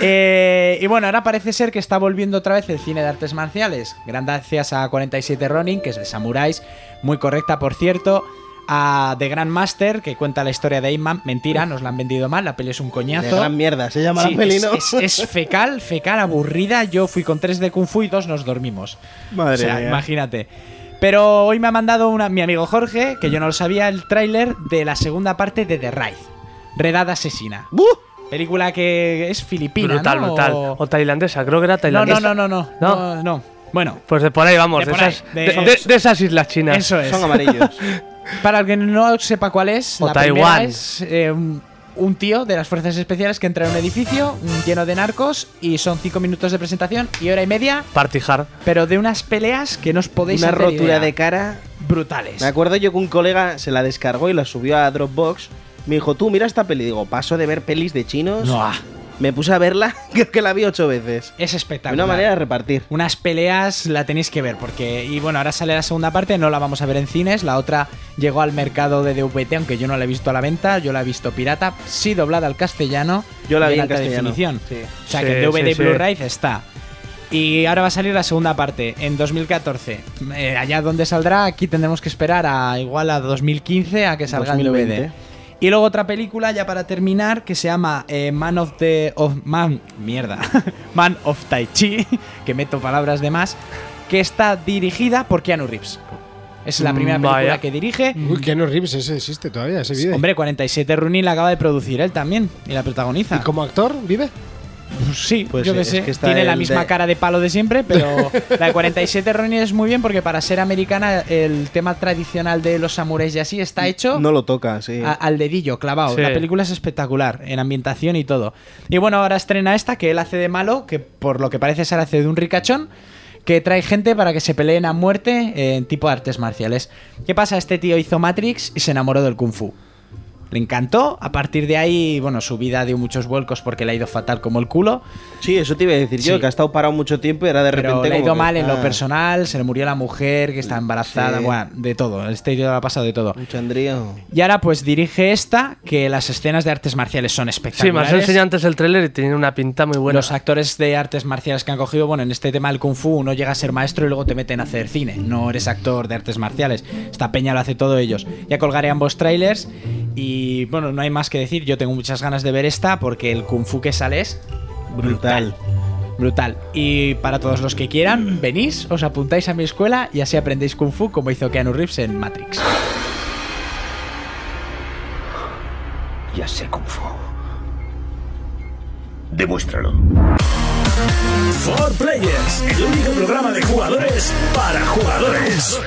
Speaker 5: Eh, y bueno, ahora parece ser que está volviendo otra vez el cine de artes marciales. Gran gracias a 47 Ronin, que es de samuráis. Muy correcta, por cierto. A The Grandmaster, que cuenta la historia de Aimman. Mentira, nos la han vendido mal. La peli es un
Speaker 6: De
Speaker 5: coñazo.
Speaker 6: gran mierda, se llama
Speaker 5: Sí,
Speaker 6: la peli,
Speaker 5: es,
Speaker 6: ¿no?
Speaker 5: es- es fecal, fecal, aburrida. Yo fui con tres de Kung Fu y dos nos dormimos.
Speaker 6: Madre
Speaker 5: O sea,
Speaker 6: mía.
Speaker 5: imagínate. Pero hoy me ha mandado una, mi amigo Jorge, que yo no lo sabía, el tráiler de la segunda parte de The Raid. Redada Asesina.
Speaker 6: ¡Bu!
Speaker 5: Película que es filipina,
Speaker 7: brutal,
Speaker 5: ¿no?
Speaker 7: brutal.
Speaker 5: O-
Speaker 7: O tailandesa, creo que era
Speaker 5: No,
Speaker 7: tailandesa.
Speaker 5: no, no, no, no,
Speaker 7: No.
Speaker 5: no, no. Bueno,
Speaker 7: Pues de por ahí vamos,
Speaker 5: De
Speaker 7: de,
Speaker 5: por
Speaker 7: esas,
Speaker 5: ahí,
Speaker 7: de-
Speaker 5: de-
Speaker 7: de- de esas islas chinas.
Speaker 5: eso es.
Speaker 6: Son amarillos.
Speaker 5: Para el que no sepa cuál es,
Speaker 7: O
Speaker 5: la primera
Speaker 7: Taiwán.
Speaker 5: es eh, un, un tío de las fuerzas especiales que entra en un edificio mm, lleno de narcos y son cinco minutos de presentación y hora y media,
Speaker 7: Party hard.
Speaker 5: pero de unas peleas que no os podéis
Speaker 6: Una
Speaker 5: hacer
Speaker 6: rotura
Speaker 5: idea.
Speaker 6: de cara.
Speaker 5: brutales.
Speaker 6: Me acuerdo yo que un colega se la descargó y la subió a Dropbox. Me dijo, tú mira esta peli. Digo, paso de ver pelis de chinos.
Speaker 5: No, ah,
Speaker 6: Me puse a verla, creo que la vi ocho veces.
Speaker 5: es espectacular.
Speaker 6: Una manera de repartir.
Speaker 5: unas peleas la tenéis que ver porque y bueno ahora sale la segunda parte no la vamos a ver en cines la otra llegó al mercado de DVT aunque yo no la he visto a la venta yo la he visto pirata sí doblada al castellano
Speaker 6: Yo la
Speaker 5: y
Speaker 6: vi en
Speaker 5: alta
Speaker 6: castellano.
Speaker 5: definición
Speaker 6: Sí.
Speaker 5: o sea
Speaker 7: Sí,
Speaker 5: que en DVD
Speaker 7: sí, sí.
Speaker 5: Blu-ray está y ahora va a salir la segunda parte en 2014 Eh, allá donde saldrá aquí tendremos que esperar a igual a 2015 a que salga en
Speaker 6: 2020.
Speaker 5: DVD y luego otra película, ya para terminar, que se llama eh, Man of the. Of Man. Mierda. Man of Tai Chi, que meto palabras de más. Que está dirigida por Keanu Reeves. Es la primera película
Speaker 7: Vaya.
Speaker 5: que dirige.
Speaker 6: Mm.
Speaker 9: Uy, Keanu Reeves, ese existe todavía, ese vive.
Speaker 5: Hombre, 47 Ronin la acaba de producir él también. Y la protagoniza.
Speaker 9: ¿Y como actor vive?
Speaker 5: Pues sí,
Speaker 6: Pues
Speaker 5: yo
Speaker 6: sí,
Speaker 5: qué
Speaker 6: es
Speaker 5: sé.
Speaker 6: que está
Speaker 5: Tiene la
Speaker 6: el
Speaker 5: misma
Speaker 6: de-
Speaker 5: cara de palo de siempre, pero la de 47 Ronin es muy bien porque para ser americana el tema tradicional de los samuráis y así está hecho Ah.
Speaker 6: No lo toca, sí.
Speaker 5: a- al dedillo, clavado.
Speaker 7: Sí.
Speaker 5: La película es espectacular, en ambientación y todo. Y bueno, ahora estrena esta que él hace de malo, que por lo que parece ser hace de un ricachón, que trae gente para que se peleen a muerte eh, en tipo de artes marciales. ¿Qué pasa? Este tío hizo Matrix y se enamoró del Kung Fu. Le encantó, a partir de ahí, bueno, su vida dio muchos vuelcos porque le ha ido fatal como el culo,
Speaker 6: Sí, eso te iba a decir yo,
Speaker 5: Sí.
Speaker 6: que ha estado parado mucho tiempo y era de
Speaker 5: pero
Speaker 6: repente.
Speaker 5: le ha
Speaker 6: como
Speaker 5: ido
Speaker 6: que,
Speaker 5: mal en
Speaker 6: ah,
Speaker 5: lo personal, se le murió la mujer, que está embarazada,
Speaker 6: Sí.
Speaker 5: bueno, de todo, este tío le ha pasado de todo.
Speaker 6: Mucho andrío.
Speaker 5: Y ahora pues dirige esta, que las escenas de artes marciales son
Speaker 7: Sí, me
Speaker 5: espectaculares.
Speaker 7: has enseñado antes el tráiler y tiene una pinta muy buena.
Speaker 5: Los actores de artes marciales que han cogido, bueno, en este tema del kung fu uno llega a ser maestro y luego te meten a hacer cine. No eres actor de artes marciales. Esta peña lo hace todo ellos. Ya colgaré ambos trailers y bueno, no hay más que decir. Yo tengo muchas ganas de ver esta porque el kung fu que sale es
Speaker 6: Brutal.
Speaker 5: brutal. Y para todos los que quieran, venís, os apuntáis a mi escuela y así aprendéis kung fu como hizo Keanu Reeves en Matrix.
Speaker 1: Ya sé Kung Fu. Demuéstralo. For Players, el único programa de jugadores para jugadores.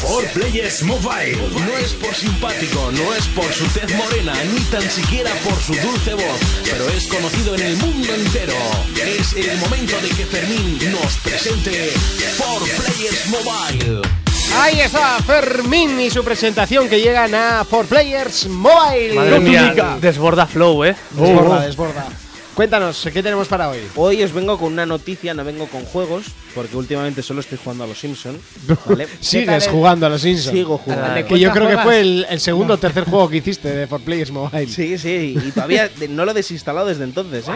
Speaker 1: For Players Mobile.
Speaker 10: No es por simpático, no es por su tez morena, ni tan siquiera por su dulce voz, pero es conocido en el mundo entero. Es el momento de que Fermín nos presente For Players Mobile.
Speaker 2: Ahí está Fermín y su presentación que llegan a 4Players Mobile.
Speaker 7: Madre mía, desborda flow, ¿eh?
Speaker 2: Desborda, desborda. Cuéntanos, ¿qué tenemos para hoy?
Speaker 6: Hoy os vengo con una noticia, no vengo con juegos, porque últimamente solo estoy jugando a los Simpson. ¿vale?
Speaker 9: Sigues jugando a los Simpsons.
Speaker 6: Sigo jugando.
Speaker 5: ¿De
Speaker 9: Que yo
Speaker 5: cuántas
Speaker 9: creo que
Speaker 5: juegas?
Speaker 9: fue el, el segundo o tercer juego que hiciste de 4Players Mobile.
Speaker 6: Sí, sí, y todavía de- no lo he desinstalado desde entonces, ¿eh?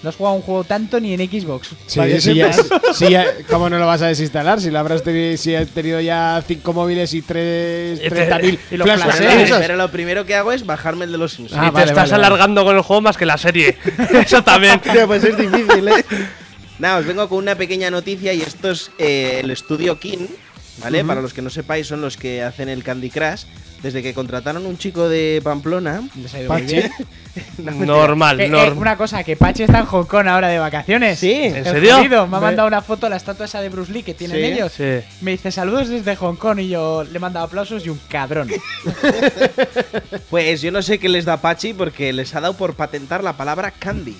Speaker 5: No has jugado a un juego tanto ni en Xbox.
Speaker 9: Sí,
Speaker 5: Para que
Speaker 9: sí, ya-
Speaker 5: sepas.
Speaker 9: sí, ya- ¿Cómo no lo vas a desinstalar? Si, lo habrás tenido, si has tenido ya cinco móviles y tres,
Speaker 5: Este,
Speaker 9: 30.000
Speaker 7: y los
Speaker 9: flash
Speaker 7: flashes.
Speaker 2: Pues
Speaker 9: de esos.
Speaker 6: Pero lo primero que hago es bajarme el de los Simpsons.
Speaker 7: y te estás alargando con el juego más que la serie. Eso también.
Speaker 6: pues es difícil, ¿eh? Nada, os vengo con una pequeña noticia y esto es eh, el estudio King, ¿vale?
Speaker 9: Ujú.
Speaker 6: Para los que no sepáis, son los que hacen el Candy Crush. Desde que contrataron un chico de Pamplona,
Speaker 5: Les ha ido muy bien.
Speaker 7: Normal,
Speaker 5: Eh, eh,
Speaker 7: normal.
Speaker 5: una cosa, que Pachi está en Hong Kong ahora de vacaciones. Sí, ¿en
Speaker 7: serio?
Speaker 5: me ha
Speaker 7: Ve-
Speaker 5: mandado una foto, la estatua esa de Bruce Lee que tienen
Speaker 7: Sí,
Speaker 5: ellos.
Speaker 7: sí.
Speaker 5: Me dice saludos desde Hong Kong y yo le he mandado aplausos y un cabrón.
Speaker 6: Pues yo no sé qué les da Pachi porque les ha dado por patentar la palabra candy.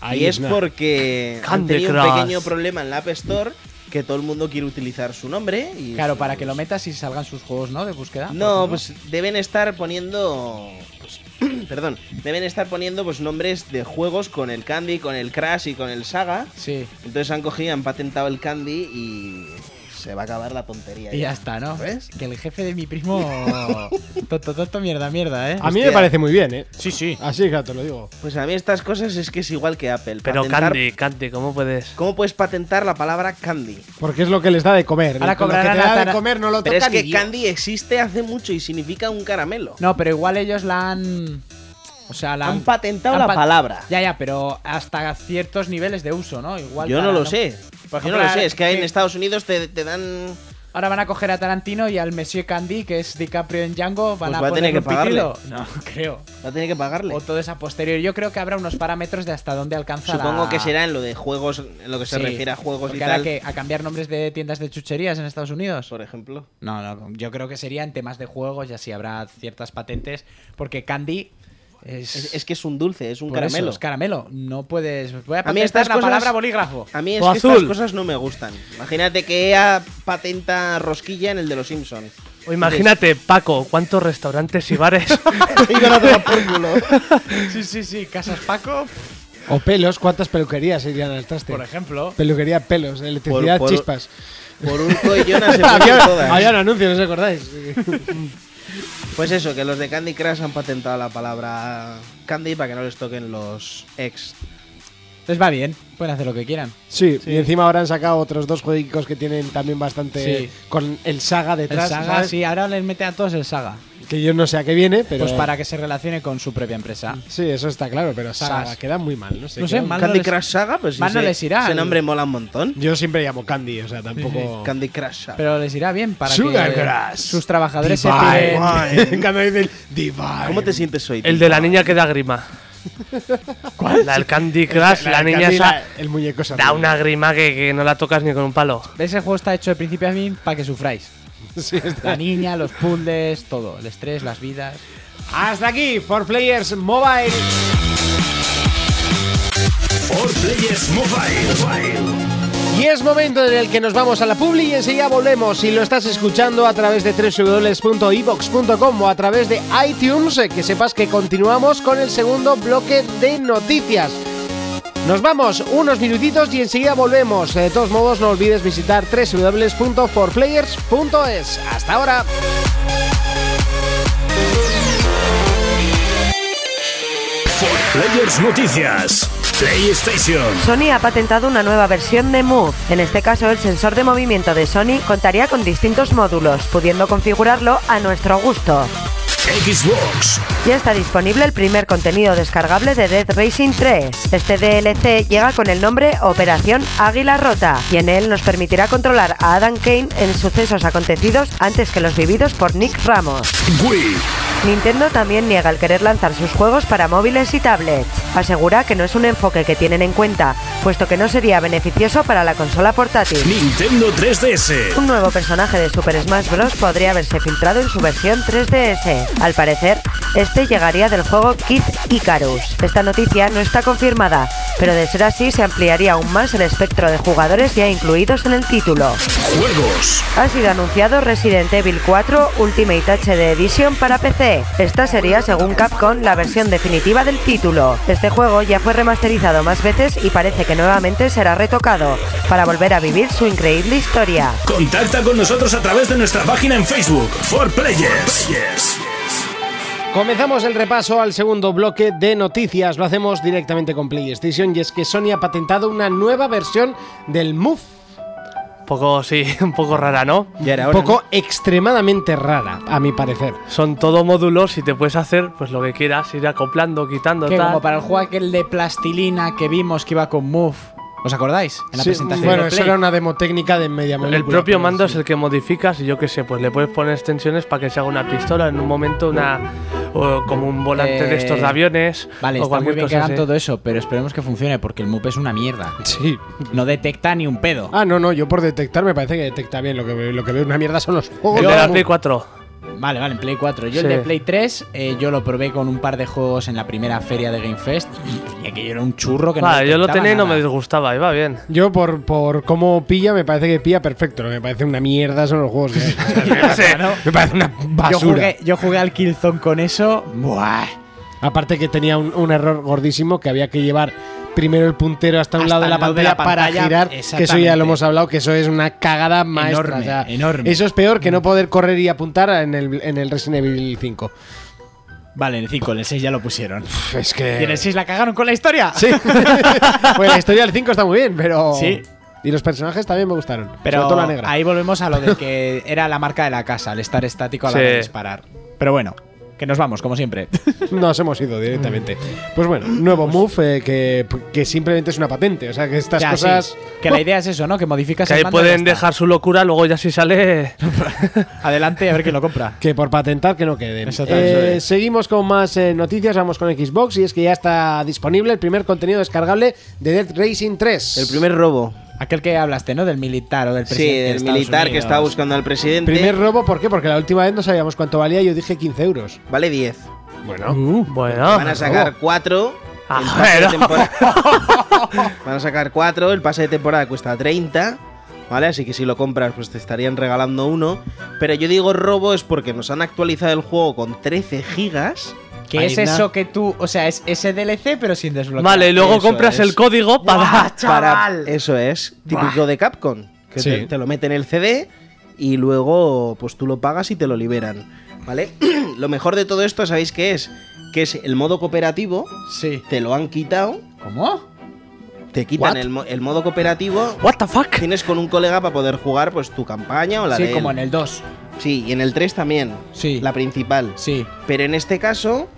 Speaker 9: Ahí
Speaker 6: y es
Speaker 9: está.
Speaker 6: porque han
Speaker 7: Candy
Speaker 6: tenido
Speaker 7: Crush.
Speaker 6: un pequeño problema en la App Store que todo el mundo quiere utilizar su nombre. Y
Speaker 5: Claro,
Speaker 6: su-
Speaker 5: para que lo metas y salgan sus juegos, ¿no? De búsqueda.
Speaker 6: No,
Speaker 5: Pues,
Speaker 6: pues deben estar poniendo... pues, perdón, deben estar poniendo pues nombres de juegos con el Candy, con el Crash y con el Saga.
Speaker 5: Sí.
Speaker 6: Entonces han cogido, han patentado el Candy y se va a acabar la tontería.
Speaker 5: Y ya está, ¿no?
Speaker 6: ¿Ves?
Speaker 5: Que el jefe de mi primo. Toto, toto, mierda, mierda, ¿eh?
Speaker 9: A mí me
Speaker 6: Hostia.
Speaker 9: parece muy bien, ¿eh?
Speaker 5: Sí, sí.
Speaker 9: Así que te lo digo.
Speaker 6: Pues a mí estas cosas es que es igual que Apple.
Speaker 7: Pero
Speaker 6: patentar-
Speaker 7: Candy, Candy, ¿cómo puedes?
Speaker 6: ¿Cómo puedes patentar la palabra Candy?
Speaker 9: Porque es lo que les da de comer.
Speaker 5: Ahora
Speaker 9: Con lo que te
Speaker 5: cobrarán
Speaker 9: da
Speaker 5: a
Speaker 9: de
Speaker 5: Tara-
Speaker 9: comer no lo
Speaker 6: Pero es
Speaker 9: toca ni
Speaker 6: que
Speaker 9: Dios.
Speaker 6: candy existe hace mucho y significa un caramelo.
Speaker 5: No, pero igual ellos la han. O sea, la
Speaker 6: Han patentado
Speaker 5: han
Speaker 6: la
Speaker 5: pat-
Speaker 6: palabra.
Speaker 5: Ya, ya, pero hasta ciertos niveles de uso, ¿no? Igual.
Speaker 6: Yo no
Speaker 5: para-
Speaker 6: lo sé.
Speaker 5: Por
Speaker 6: Yo
Speaker 5: ejemplo,
Speaker 6: no lo
Speaker 5: ahora
Speaker 6: sé. Es que en
Speaker 5: que-
Speaker 6: Estados Unidos te, te dan.
Speaker 5: Ahora van a coger a Tarantino y al Monsieur Candy, que es DiCaprio en Django, van
Speaker 6: Pues
Speaker 5: a
Speaker 6: va a
Speaker 5: poner
Speaker 6: tener que
Speaker 5: un piquilo. No, creo.
Speaker 6: Va a tener que pagarle.
Speaker 5: O todo es a posterior. Yo creo que habrá unos parámetros de hasta dónde alcanza la-
Speaker 6: Supongo que será en lo de juegos, en lo que se
Speaker 5: Sí,
Speaker 6: refiere a juegos y
Speaker 5: porque ahora
Speaker 6: tal.
Speaker 5: que a cambiar nombres de tiendas de chucherías en Estados Unidos.
Speaker 6: Por ejemplo.
Speaker 5: No, no, yo creo que sería en temas de juegos y así habrá ciertas patentes. Porque Candy es.
Speaker 6: Es, es que es un dulce, es un
Speaker 5: por eso,
Speaker 6: caramelo.
Speaker 5: es caramelo. No puedes. Voy a,
Speaker 6: a mí estas
Speaker 5: patentar la
Speaker 6: cosas,
Speaker 5: palabra bolígrafo.
Speaker 6: A mí es
Speaker 7: O
Speaker 6: que
Speaker 7: azul.
Speaker 6: estas cosas no me gustan. Imagínate que EA patenta rosquilla en el de los Simpsons.
Speaker 7: O imagínate, Paco, cuántos restaurantes y bares.
Speaker 5: Sí, sí, sí. Casas Paco,
Speaker 9: O pelos, ¿cuántas peluquerías irían al traste?
Speaker 5: por ejemplo.
Speaker 9: Peluquería, pelos, electricidad,
Speaker 6: por-
Speaker 9: chispas.
Speaker 6: Por un y Jonah se ponen todas.
Speaker 9: había, había un anuncio, ¿no os acordáis?
Speaker 6: Pues eso, que los de Candy Crush han patentado la palabra Candy para que no les toquen los ex.
Speaker 5: Entonces va bien. Pueden hacer lo que quieran.
Speaker 9: Sí, y encima ahora han sacado otros dos jueguitos que tienen también bastante.
Speaker 5: Sí.
Speaker 9: con el saga
Speaker 5: El
Speaker 9: detrás.
Speaker 5: saga,
Speaker 9: ¿sabes?
Speaker 5: sí. Ahora les mete a todos el saga.
Speaker 9: Que yo no sé a qué viene, pero.
Speaker 5: Pues para que se relacione con su propia empresa.
Speaker 9: Sí, eso está claro, pero saga
Speaker 5: Sagas.
Speaker 9: queda muy mal, no sé.
Speaker 5: No sé,
Speaker 9: queda-
Speaker 5: mal no
Speaker 6: Candy
Speaker 5: les-
Speaker 6: Crush Saga, pues sí.
Speaker 5: mal no
Speaker 6: ese-
Speaker 5: les irá.
Speaker 6: Ese nombre mola un montón.
Speaker 9: Yo siempre llamo Candy, o sea, tampoco.
Speaker 6: Candy Crush Saga.
Speaker 5: Pero les irá bien para
Speaker 9: Sugar
Speaker 5: que
Speaker 9: Grass.
Speaker 5: sus trabajadores se
Speaker 9: Divine.
Speaker 5: piden-
Speaker 9: Cuando dicen Divine.
Speaker 6: ¿Cómo te sientes hoy?
Speaker 7: El
Speaker 6: tío?
Speaker 7: de la niña que da grima. ¿Cuál? La del Candy Crush, la,
Speaker 9: del
Speaker 7: niña
Speaker 9: Candy,
Speaker 7: esa.
Speaker 9: la- el muñeco esa.
Speaker 7: Da una grima que, que no la tocas ni con un palo.
Speaker 5: Ese juego está hecho de principio a fin para que sufráis. La niña, los puzzles, todo. El estrés, las vidas.
Speaker 9: Hasta aquí, For Players Mobile.
Speaker 1: For Players Mobile.
Speaker 2: Y es momento en el que nos vamos a la publi y enseguida volvemos. Si lo estás escuchando a través de www.evox.com o a través de iTunes, eh, que sepas que continuamos con el segundo bloque de noticias. Nos vamos unos minutitos y enseguida volvemos. De todos modos, no olvides visitar www.forplayers.es. Hasta ahora.
Speaker 1: For Players Noticias. PlayStation.
Speaker 3: Sony ha patentado una nueva versión de Move. En este caso, el sensor de movimiento de Sony contaría con distintos módulos, pudiendo configurarlo a nuestro gusto.
Speaker 1: Xbox.
Speaker 3: Ya está disponible el primer contenido descargable de Dead Racing 3. Este DLC llega con el nombre Operación Águila Rota y en él nos permitirá controlar a Adam Kane en sucesos acontecidos antes que los vividos por Nick Ramos.
Speaker 1: Wii.
Speaker 3: Nintendo también niega el querer lanzar sus juegos para móviles y tablets. Asegura que no es un enfoque que tienen en cuenta, puesto que no sería beneficioso para la consola portátil.
Speaker 1: Nintendo 3DS.
Speaker 3: Un nuevo personaje de Super Smash Bros. podría haberse filtrado en su versión 3DS. Al parecer, este llegaría del juego Kid Icarus. Esta noticia no está confirmada, pero de ser así se ampliaría aún más el espectro de jugadores ya incluidos en el título.
Speaker 1: Juegos.
Speaker 3: Ha sido anunciado Resident Evil 4 Ultimate HD Edition para PC. Esta sería, según Capcom, la versión definitiva del título. Este juego ya fue remasterizado más veces y parece que nuevamente será retocado para volver a vivir su increíble historia.
Speaker 1: Contacta con nosotros a través de nuestra página en Facebook. For Players.
Speaker 2: Comenzamos el repaso al segundo bloque de noticias. Lo hacemos directamente con PlayStation y es que Sony ha patentado una nueva versión del Move.
Speaker 7: Poco, sí, un poco rara, ¿no?
Speaker 2: un poco extremadamente rara, a mi parecer.
Speaker 7: Son todo módulos y te puedes hacer pues lo que quieras, ir acoplando, quitando,
Speaker 5: Que
Speaker 7: tal.
Speaker 5: como para el juego aquel de plastilina que vimos que iba con Move. ¿Os acordáis? En la
Speaker 2: Sí,
Speaker 5: presentación.
Speaker 2: bueno,
Speaker 5: de
Speaker 2: eso
Speaker 5: Play.
Speaker 2: era una demo técnica de media
Speaker 7: El
Speaker 2: molécula,
Speaker 7: propio
Speaker 2: pero
Speaker 7: mando
Speaker 2: sí.
Speaker 7: es el que modificas y yo qué sé, pues le puedes poner extensiones para que se haga una pistola en un momento, una o como un volante de estos de aviones
Speaker 5: Eh, Vale,
Speaker 7: o
Speaker 5: está muy
Speaker 7: cualquier
Speaker 5: bien que
Speaker 7: cosa
Speaker 5: hagan
Speaker 7: así.
Speaker 5: todo eso, pero esperemos que funcione porque el MUP es una mierda.
Speaker 2: Sí.
Speaker 5: No detecta ni un pedo.
Speaker 2: Ah, no, no, yo por detectar me parece que detecta bien. Lo que, lo que veo una mierda son los juegos.
Speaker 7: El de
Speaker 2: Yo-
Speaker 7: la Play 4.
Speaker 5: Vale, vale, en Play 4. Yo
Speaker 7: Sí.
Speaker 5: el de Play 3, eh, yo lo probé con un par de juegos en la primera feria de Game Fest y aquello era un churro que no
Speaker 7: Vale, yo lo
Speaker 5: detectaba
Speaker 7: tenía y no
Speaker 5: nada.
Speaker 7: me disgustaba, iba bien.
Speaker 2: Yo por, por cómo pilla me parece que pilla perfecto. Lo que me parece una mierda son los juegos. que hay. me parece una
Speaker 5: Yo
Speaker 2: basura.
Speaker 5: jugué, yo jugué al Killzone con eso. Buah.
Speaker 2: Aparte que tenía un, un error gordísimo que había que llevar primero el puntero hasta un
Speaker 5: Hasta
Speaker 2: lado de la
Speaker 5: el lado de
Speaker 2: pantalla
Speaker 5: la
Speaker 2: para
Speaker 5: pantalla,
Speaker 2: girar. Que eso ya
Speaker 5: exactamente.
Speaker 2: lo hemos hablado, que eso es una cagada maestra.
Speaker 5: Enorme,
Speaker 2: o sea,
Speaker 5: enorme. Mm.
Speaker 2: Eso es peor que no poder correr y apuntar en el, en el Resident Evil 5.
Speaker 5: Vale, en el 5, en el 6 ya lo pusieron.
Speaker 2: Es
Speaker 5: Y en el
Speaker 2: que...
Speaker 5: 6 la cagaron con la historia.
Speaker 2: Sí. pues la historia del 5 está muy bien, pero...
Speaker 5: Sí.
Speaker 2: Y los personajes también me gustaron. sobre
Speaker 5: Pero
Speaker 2: todo la negra.
Speaker 5: ahí volvemos a lo de que era la marca de la casa, el estar estático a la hora
Speaker 7: Sí.
Speaker 5: de disparar. Pero bueno, que nos vamos, como siempre.
Speaker 2: Nos hemos ido directamente. Pues bueno, nuevo move eh, que, que simplemente es una patente. O sea, que estas
Speaker 5: Ya, sí.
Speaker 2: cosas...
Speaker 5: Que la idea es eso, ¿no? Que modificas
Speaker 7: Que ahí
Speaker 5: el mando y ya
Speaker 7: pueden
Speaker 5: está.
Speaker 7: dejar su locura, luego ya si sale.
Speaker 5: Adelante a ver quién lo compra.
Speaker 2: Que por patentar que no queden.
Speaker 5: Eso
Speaker 2: Eh,
Speaker 5: también, eso es.
Speaker 2: seguimos con más eh, noticias, vamos con Xbox y es que ya está disponible el primer contenido descargable de Dead Racing 3.
Speaker 6: El primer robo.
Speaker 5: Aquel que hablaste, ¿no? Del militar o del
Speaker 6: Sí,
Speaker 5: presidente. de
Speaker 6: del
Speaker 5: Estados
Speaker 6: militar que
Speaker 5: Unidos.
Speaker 6: estaba buscando al presidente.
Speaker 2: Primer robo, ¿por qué? Porque la última vez no sabíamos cuánto valía y yo dije 15 euros.
Speaker 6: Vale 10.
Speaker 2: Bueno.
Speaker 7: uh, Bueno,
Speaker 6: Van a sacar 4.
Speaker 7: Ah, bueno.
Speaker 6: Van a sacar 4. El pase de temporada cuesta 30. ¿Vale? Así que si lo compras, pues te estarían regalando uno. Pero yo digo robo es porque nos han actualizado el juego con 13 gigas.
Speaker 5: Que
Speaker 2: Ahí
Speaker 5: es
Speaker 2: na-
Speaker 5: eso que tú. O sea, es ese DLC, pero sin desbloquear.
Speaker 7: vale, y luego
Speaker 5: Eso
Speaker 7: compras
Speaker 5: es.
Speaker 7: el código para.
Speaker 6: Para, eso es, típico de Capcom. Que
Speaker 2: Sí.
Speaker 6: te, te lo meten en el CD y luego pues tú lo pagas y te lo liberan. ¿Vale? lo mejor de todo esto, ¿sabéis qué es? Que es el modo cooperativo.
Speaker 5: Sí.
Speaker 6: Te lo han quitado.
Speaker 5: ¿Cómo?
Speaker 6: Te quitan
Speaker 7: What?
Speaker 6: el, mo- el modo cooperativo.
Speaker 7: What the fuck?
Speaker 6: Tienes con un colega para poder jugar pues tu campaña o la de
Speaker 5: Sí,
Speaker 6: él.
Speaker 5: como en el 2.
Speaker 6: Sí, y en el 3 también.
Speaker 5: Sí.
Speaker 6: La principal.
Speaker 5: Sí.
Speaker 6: Pero en este caso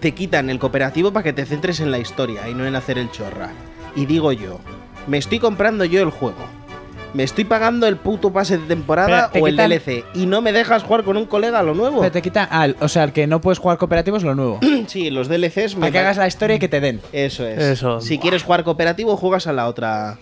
Speaker 6: te quitan el cooperativo para que te centres en la historia y no en hacer el chorra. Y digo yo, me estoy comprando yo el juego. Me estoy pagando el puto pase de temporada
Speaker 5: Pero te
Speaker 6: o el
Speaker 5: quitan-
Speaker 6: DLC y no me dejas jugar con un colega a lo nuevo.
Speaker 5: Pero te quita. ah, el- o sea, el que no puedes jugar cooperativo es lo nuevo.
Speaker 6: Sí, los DLCs me
Speaker 5: Para que
Speaker 6: pa-
Speaker 5: hagas la historia y que te den.
Speaker 6: Eso es.
Speaker 7: Eso.
Speaker 6: Si quieres jugar cooperativo, juegas a la otra.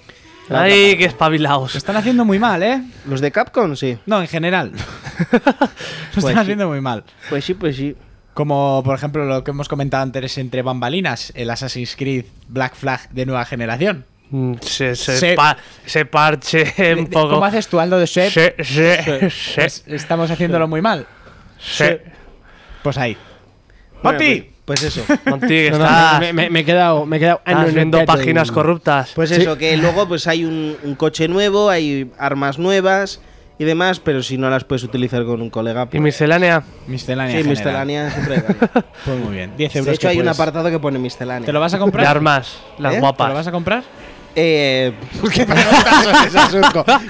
Speaker 6: la
Speaker 7: Ay,
Speaker 6: otra
Speaker 7: qué espabilaos.
Speaker 5: Lo están haciendo muy mal, ¿eh?
Speaker 6: parte. Los de Capcom, sí.
Speaker 5: No, en general. Lo
Speaker 6: Pues
Speaker 5: están
Speaker 6: sí.
Speaker 5: haciendo muy mal.
Speaker 6: Pues sí, pues sí.
Speaker 5: Como por ejemplo lo que hemos comentado antes entre bambalinas, el Assassin's Creed Black Flag de nueva generación.
Speaker 7: Mm, Se, se,
Speaker 5: Se-
Speaker 7: pa- se parche un poco.
Speaker 5: ¿Cómo haces tú, Aldo de Shep?
Speaker 7: Se, se,
Speaker 5: Pues
Speaker 7: se,
Speaker 5: estamos haciéndolo muy mal.
Speaker 7: se.
Speaker 5: Pues ahí.
Speaker 6: Bueno,
Speaker 5: ¡Mati!
Speaker 6: Pues, pues eso.
Speaker 7: Monty, que
Speaker 2: No, no,
Speaker 7: estás,
Speaker 2: me, me- me he quedado, me he quedado
Speaker 5: Ah,
Speaker 7: estás viendo páginas corruptas.
Speaker 6: Pues
Speaker 2: Sí.
Speaker 6: eso, que luego pues hay un, un coche nuevo, hay armas nuevas y demás, pero si no las puedes utilizar con un colega,
Speaker 7: y
Speaker 6: pues,
Speaker 7: miscelánea.
Speaker 5: Miscelánea.
Speaker 6: sí,
Speaker 5: general.
Speaker 6: miscelánea siempre gana.
Speaker 5: Pues muy bien. 10 euros.
Speaker 6: De hecho,
Speaker 5: que
Speaker 6: hay un
Speaker 5: puedes-
Speaker 6: apartado que pone miscelánea.
Speaker 5: ¿Te lo vas a comprar?
Speaker 7: De armas, las
Speaker 6: ¿Eh?
Speaker 5: ¿Te lo vas
Speaker 7: guapas.
Speaker 5: a comprar?
Speaker 6: Eh,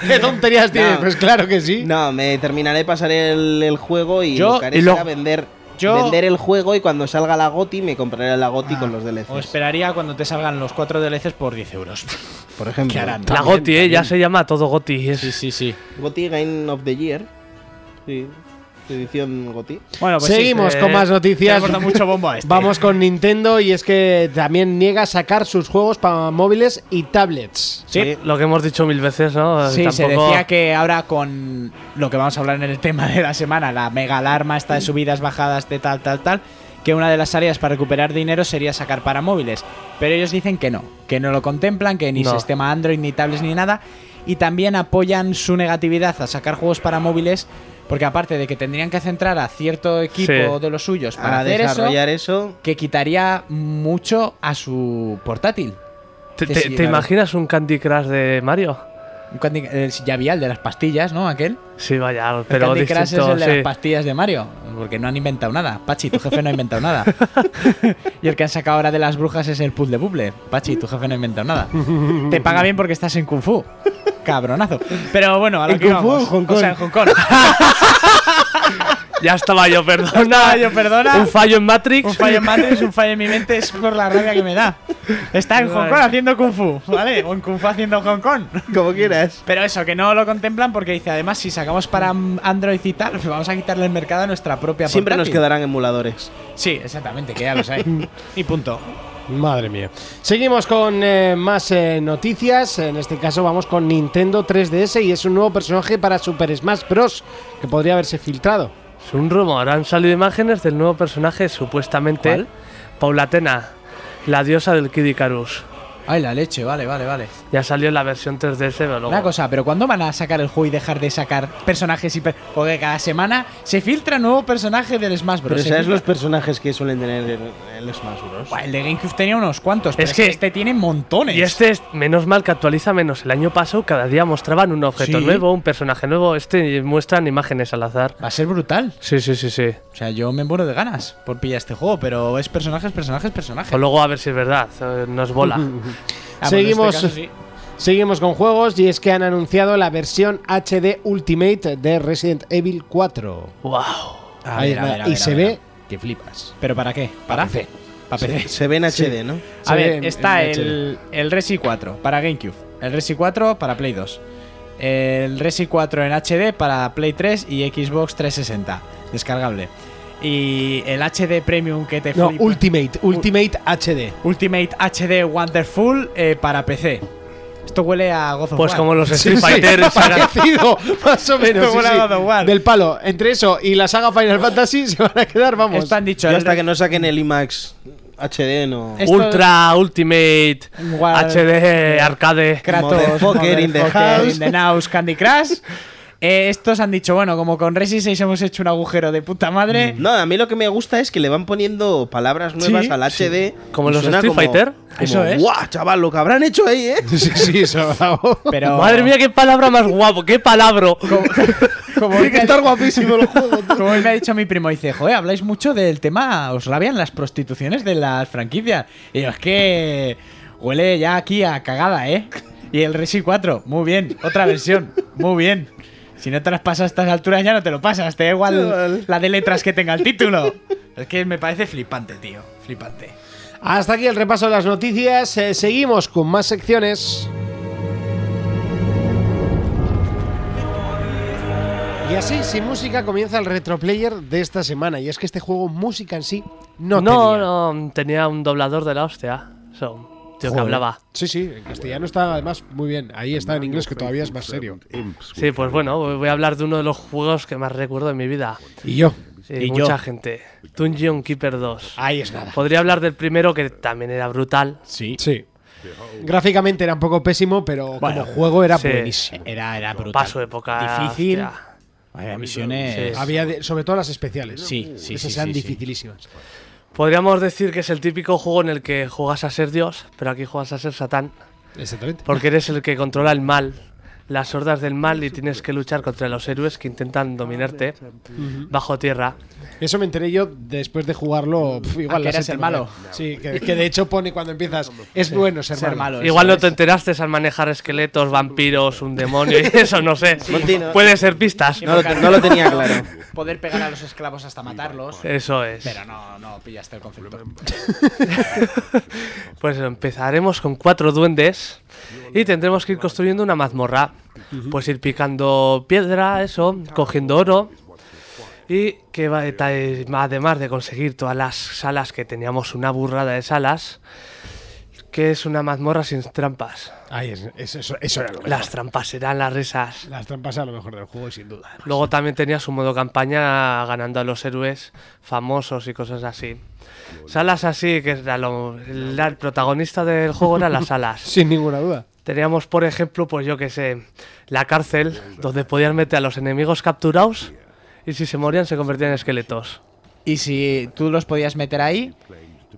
Speaker 2: ¿Qué tonterías tienes?
Speaker 6: No.
Speaker 2: Pues claro que sí.
Speaker 6: no, me terminaré de pasar el, el juego y
Speaker 5: Yo-
Speaker 6: lo que haré
Speaker 7: y lo-
Speaker 6: será vender,
Speaker 5: yo- Ah,
Speaker 6: vender el juego y cuando salga la GOTI me compraré la GOTI con los
Speaker 5: O
Speaker 6: DLCs.
Speaker 5: esperaría cuando te salgan los 4 DLCs por 10 euros.
Speaker 6: Por ejemplo,
Speaker 5: ¿Qué harán?
Speaker 7: La
Speaker 5: También,
Speaker 7: Goti, eh, ya
Speaker 5: también.
Speaker 7: se llama todo Goti. Es,
Speaker 5: Sí, sí, sí.
Speaker 6: GOTI Game of the Year. Sí, edición GOTI.
Speaker 5: Bueno, pues sí.
Speaker 2: Seguimos
Speaker 7: eh,
Speaker 2: con más
Speaker 5: Te
Speaker 2: noticias.
Speaker 5: hemos dado mucho bombo a este.
Speaker 2: Vamos con Nintendo y es que también niega sacar sus juegos para móviles y tablets.
Speaker 5: Sí.
Speaker 7: Lo que hemos dicho mil veces, ¿no?
Speaker 5: Sí, se
Speaker 7: Tampoco-
Speaker 5: decía que ahora con lo que vamos a hablar en el tema de la semana, la mega alarma, esta de subidas, bajadas, de tal, tal, tal, que una de las áreas para recuperar dinero sería sacar para móviles. Pero ellos dicen que no, que no lo contemplan, que ni
Speaker 7: No.
Speaker 5: sistema Android, ni tablets, ni nada. Y también apoyan su negatividad a sacar juegos para móviles, porque aparte de que tendrían que centrar a cierto equipo
Speaker 7: Sí.
Speaker 5: de los suyos para
Speaker 6: A
Speaker 5: hacer eso,
Speaker 6: desarrollar eso
Speaker 5: que quitaría mucho a su portátil.
Speaker 7: ¿Te,
Speaker 5: que
Speaker 7: te-
Speaker 5: sí,
Speaker 7: te
Speaker 5: claro.
Speaker 7: imaginas un Candy Crush de Mario?
Speaker 5: Un Candy- el- eh, ya había el de las pastillas, ¿no? Aquel.
Speaker 7: Sí, vaya,
Speaker 5: El
Speaker 7: pero
Speaker 5: Candy Crush
Speaker 7: distinto,
Speaker 5: es el de
Speaker 7: sí.
Speaker 5: las pastillas de Mario, porque no han inventado nada. Pachi, tu jefe no ha inventado nada. y el que han sacado ahora de las brujas es el puzzle buble. Pachi, tu jefe no ha inventado nada. Te paga bien porque estás en Kung Fu. Cabronazo. Pero bueno, a lo
Speaker 7: ¿En
Speaker 5: que
Speaker 7: Kung Fu
Speaker 5: íbamos.
Speaker 7: o en Hong
Speaker 5: O sea, en
Speaker 7: Kong?
Speaker 5: Hong Kong.
Speaker 7: Ya estaba yo, perdona.
Speaker 5: estaba yo, perdona.
Speaker 7: Un fallo en Matrix.
Speaker 5: Un fallo en Matrix, un fallo en mi mente es por la rabia que me da. Está en Hong Kong haciendo Kung Fu, ¿vale? O en Kung Fu haciendo Hong Kong.
Speaker 6: Como quieras.
Speaker 5: Pero eso, que no lo contemplan porque dice, además, si sacamos para mm, Android y tal, vamos a quitarle el mercado a nuestra propia
Speaker 6: Siempre nos
Speaker 5: portátil.
Speaker 6: quedarán emuladores.
Speaker 5: Sí, exactamente, que ya los hay. y punto.
Speaker 2: Madre mía. Seguimos con eh, más eh, noticias. En este caso vamos con Nintendo 3DS y es un nuevo personaje para Super Smash Bros. que podría haberse filtrado.
Speaker 7: Es un rumor, han salido imágenes del nuevo personaje, supuestamente Paula Atena, la diosa del Kid Icarus.
Speaker 5: Ay, la leche, vale, vale, vale.
Speaker 7: Ya salió en la versión 3DS, pero luego-
Speaker 5: Una cosa, pero ¿cuándo van a sacar el juego y dejar de sacar personajes y per- Porque cada semana se filtra nuevo personaje del Smash Bros.
Speaker 6: Pero
Speaker 5: Se
Speaker 6: ¿sabes
Speaker 5: filtra-
Speaker 6: los personajes que suelen tener el- el Smash Bros?
Speaker 5: Buah, El de GameCube tenía unos cuantos, pero es,
Speaker 7: que-
Speaker 5: que este tiene montones.
Speaker 7: Y este es, menos mal que actualiza menos. El año pasado cada día mostraban un objeto
Speaker 5: Sí.
Speaker 7: nuevo, un personaje nuevo. Este muestran imágenes al azar.
Speaker 5: Va a ser brutal.
Speaker 7: Sí, sí, sí, sí.
Speaker 5: O sea, yo me muero de ganas por pillar este juego, pero es personajes, personajes, personajes.
Speaker 7: O luego a ver si es verdad, eh, nos bola.
Speaker 5: Ah, bueno, en este
Speaker 2: Seguimos.
Speaker 5: caso sí.
Speaker 2: Seguimos con juegos y es que han anunciado la versión HD Ultimate de Resident Evil 4.
Speaker 7: wow.
Speaker 5: A
Speaker 2: Ahí
Speaker 5: ver, a
Speaker 2: va.
Speaker 5: ver, a
Speaker 2: y
Speaker 5: ver,
Speaker 2: se
Speaker 5: a ver.
Speaker 2: ve que flipas.
Speaker 5: ¿Pero para qué? ¿Para?
Speaker 2: Para PC.
Speaker 5: Para PC.
Speaker 6: Se, se ve en HD, ¿no?
Speaker 5: A
Speaker 2: Se
Speaker 5: ver,
Speaker 2: ve en-
Speaker 5: está
Speaker 2: en
Speaker 5: el, el Resi 4 para GameCube, el Resi 4 para Play 2, el Resi 4 en HD para Play 3 y Xbox 360, descargable. Y el HD Premium que te
Speaker 2: No,
Speaker 5: flipa-
Speaker 2: Ultimate, Ultimate HD.
Speaker 5: Ultimate HD Wonderful eh, para PC. Esto huele a gozo.
Speaker 7: Pues como los Street Fighter. sagan-
Speaker 2: Parecido, más o menos.
Speaker 5: Esto
Speaker 2: sí,
Speaker 5: huele a
Speaker 2: sí.
Speaker 5: God of War.
Speaker 2: Del palo. Entre eso y la saga Final Fantasy se van a quedar, vamos.
Speaker 5: Esto han dicho.
Speaker 6: Yo
Speaker 5: el
Speaker 6: hasta
Speaker 5: Re-
Speaker 6: que no saquen el IMAX HD, no.
Speaker 5: Es-
Speaker 7: Ultra, Ultimate,
Speaker 5: Guau.
Speaker 7: HD, Arcade.
Speaker 5: Kratos,
Speaker 6: Motherfucker in the
Speaker 5: Motherfucker
Speaker 6: house.
Speaker 5: in the house, Candy Crush. Eh, estos han dicho, bueno, como con Resi 6 hemos hecho un agujero de puta madre.
Speaker 6: No, a mí lo que me gusta es que le van poniendo palabras nuevas al HD.
Speaker 7: Como
Speaker 6: y
Speaker 7: los
Speaker 6: suena
Speaker 7: Street Fighter.
Speaker 5: Eso es.
Speaker 6: ¡Guau, chaval! Lo que habrán hecho ahí, ¿eh?
Speaker 2: Sí, sí, eso, bravo.
Speaker 5: Pero
Speaker 7: Madre mía, qué palabra más guapo, qué palabra.
Speaker 5: como hoy me ha-
Speaker 6: guapísimo el juego.
Speaker 5: como hoy me ha dicho mi primo, dice, joder, habláis mucho del tema, os rabian las prostituciones de las franquicias. Y yo, es que huele ya aquí a cagada, ¿eh? Y el Resi 4, muy bien, otra versión, muy bien. Si no te las pasas a estas alturas ya no te lo pasas, te da igual la de letras que tenga el título. Es que me parece flipante, tío, flipante.
Speaker 2: Hasta aquí el repaso de las noticias. Eh, seguimos con más secciones. Y así, sin música, comienza el retroplayer de esta semana. Y es que este juego, música en sí, no,
Speaker 7: No,
Speaker 2: tenía.
Speaker 7: no, tenía un doblador de la hostia. So, un tío que
Speaker 2: Joder.
Speaker 7: hablaba.
Speaker 2: Sí, sí, en castellano está además muy bien. Ahí está en inglés, que todavía es más serio.
Speaker 7: Sí, pues bueno, voy a hablar de uno de los juegos que más recuerdo de mi vida.
Speaker 2: Y yo.
Speaker 7: Sí,
Speaker 5: Y
Speaker 7: mucha
Speaker 5: yo.
Speaker 7: gente. Dungeon Keeper 2.
Speaker 2: Ahí es nada.
Speaker 7: Podría hablar del primero que también era brutal.
Speaker 5: Sí.
Speaker 2: Sí. Gráficamente era un poco pésimo, pero
Speaker 7: Bueno,
Speaker 2: como juego era
Speaker 7: sí.
Speaker 2: buenísimo.
Speaker 5: Era, era brutal.
Speaker 7: Paso época.
Speaker 5: Difícil.
Speaker 7: hostia.
Speaker 5: Había misiones.
Speaker 7: Sí.
Speaker 2: Había, de- sobre todo las especiales.
Speaker 5: Sí, sí,
Speaker 2: Esas
Speaker 5: sí,
Speaker 2: eran
Speaker 5: sí, sí.
Speaker 2: dificilísimas.
Speaker 7: Podríamos decir que es el típico juego en el que juegas a ser Dios, pero aquí juegas a ser Satán.
Speaker 2: Exactamente.
Speaker 7: Porque eres el que controla el mal, las hordas del mal y tienes que luchar contra los héroes que intentan dominarte bajo tierra.
Speaker 2: Eso me enteré yo después de jugarlo. pf, igual
Speaker 5: Ah, que
Speaker 2: la
Speaker 5: eras el
Speaker 2: séptima
Speaker 5: malo.
Speaker 2: vez. Sí, que, que de hecho pone cuando empiezas. Es bueno ser,
Speaker 5: Ser malo.
Speaker 7: Igual
Speaker 5: eso
Speaker 7: no te enteraste al manejar esqueletos, vampiros, un demonio y eso, no sé.
Speaker 6: Montino.
Speaker 7: Puede ser pistas.
Speaker 6: No lo, te- no lo tenía claro.
Speaker 5: Poder pegar a los esclavos hasta matarlos.
Speaker 7: Eso es.
Speaker 5: Pero no, no pillaste el concepto.
Speaker 7: Pues empezaremos con cuatro duendes y tendremos que ir construyendo una mazmorra. Pues ir picando piedra, eso, cogiendo oro. Y que va- ta- eh, además de conseguir todas las salas que teníamos una burrada de salas, que es una mazmorra sin trampas.
Speaker 2: Ay, es- es- eso, eso era lo mejor.
Speaker 7: Las trampas eran las risas.
Speaker 2: Las trampas a lo mejor del juego, sin duda.
Speaker 7: Luego también tenía su modo campaña ganando a los héroes famosos y cosas así. Salas así, que era lo- el, el protagonista del juego era las salas.
Speaker 2: Sin ninguna duda.
Speaker 7: Teníamos, por ejemplo, pues yo que sé, la cárcel, donde podían meter a los enemigos capturados y si se morían se convertían en esqueletos.
Speaker 5: Y si tú los podías meter ahí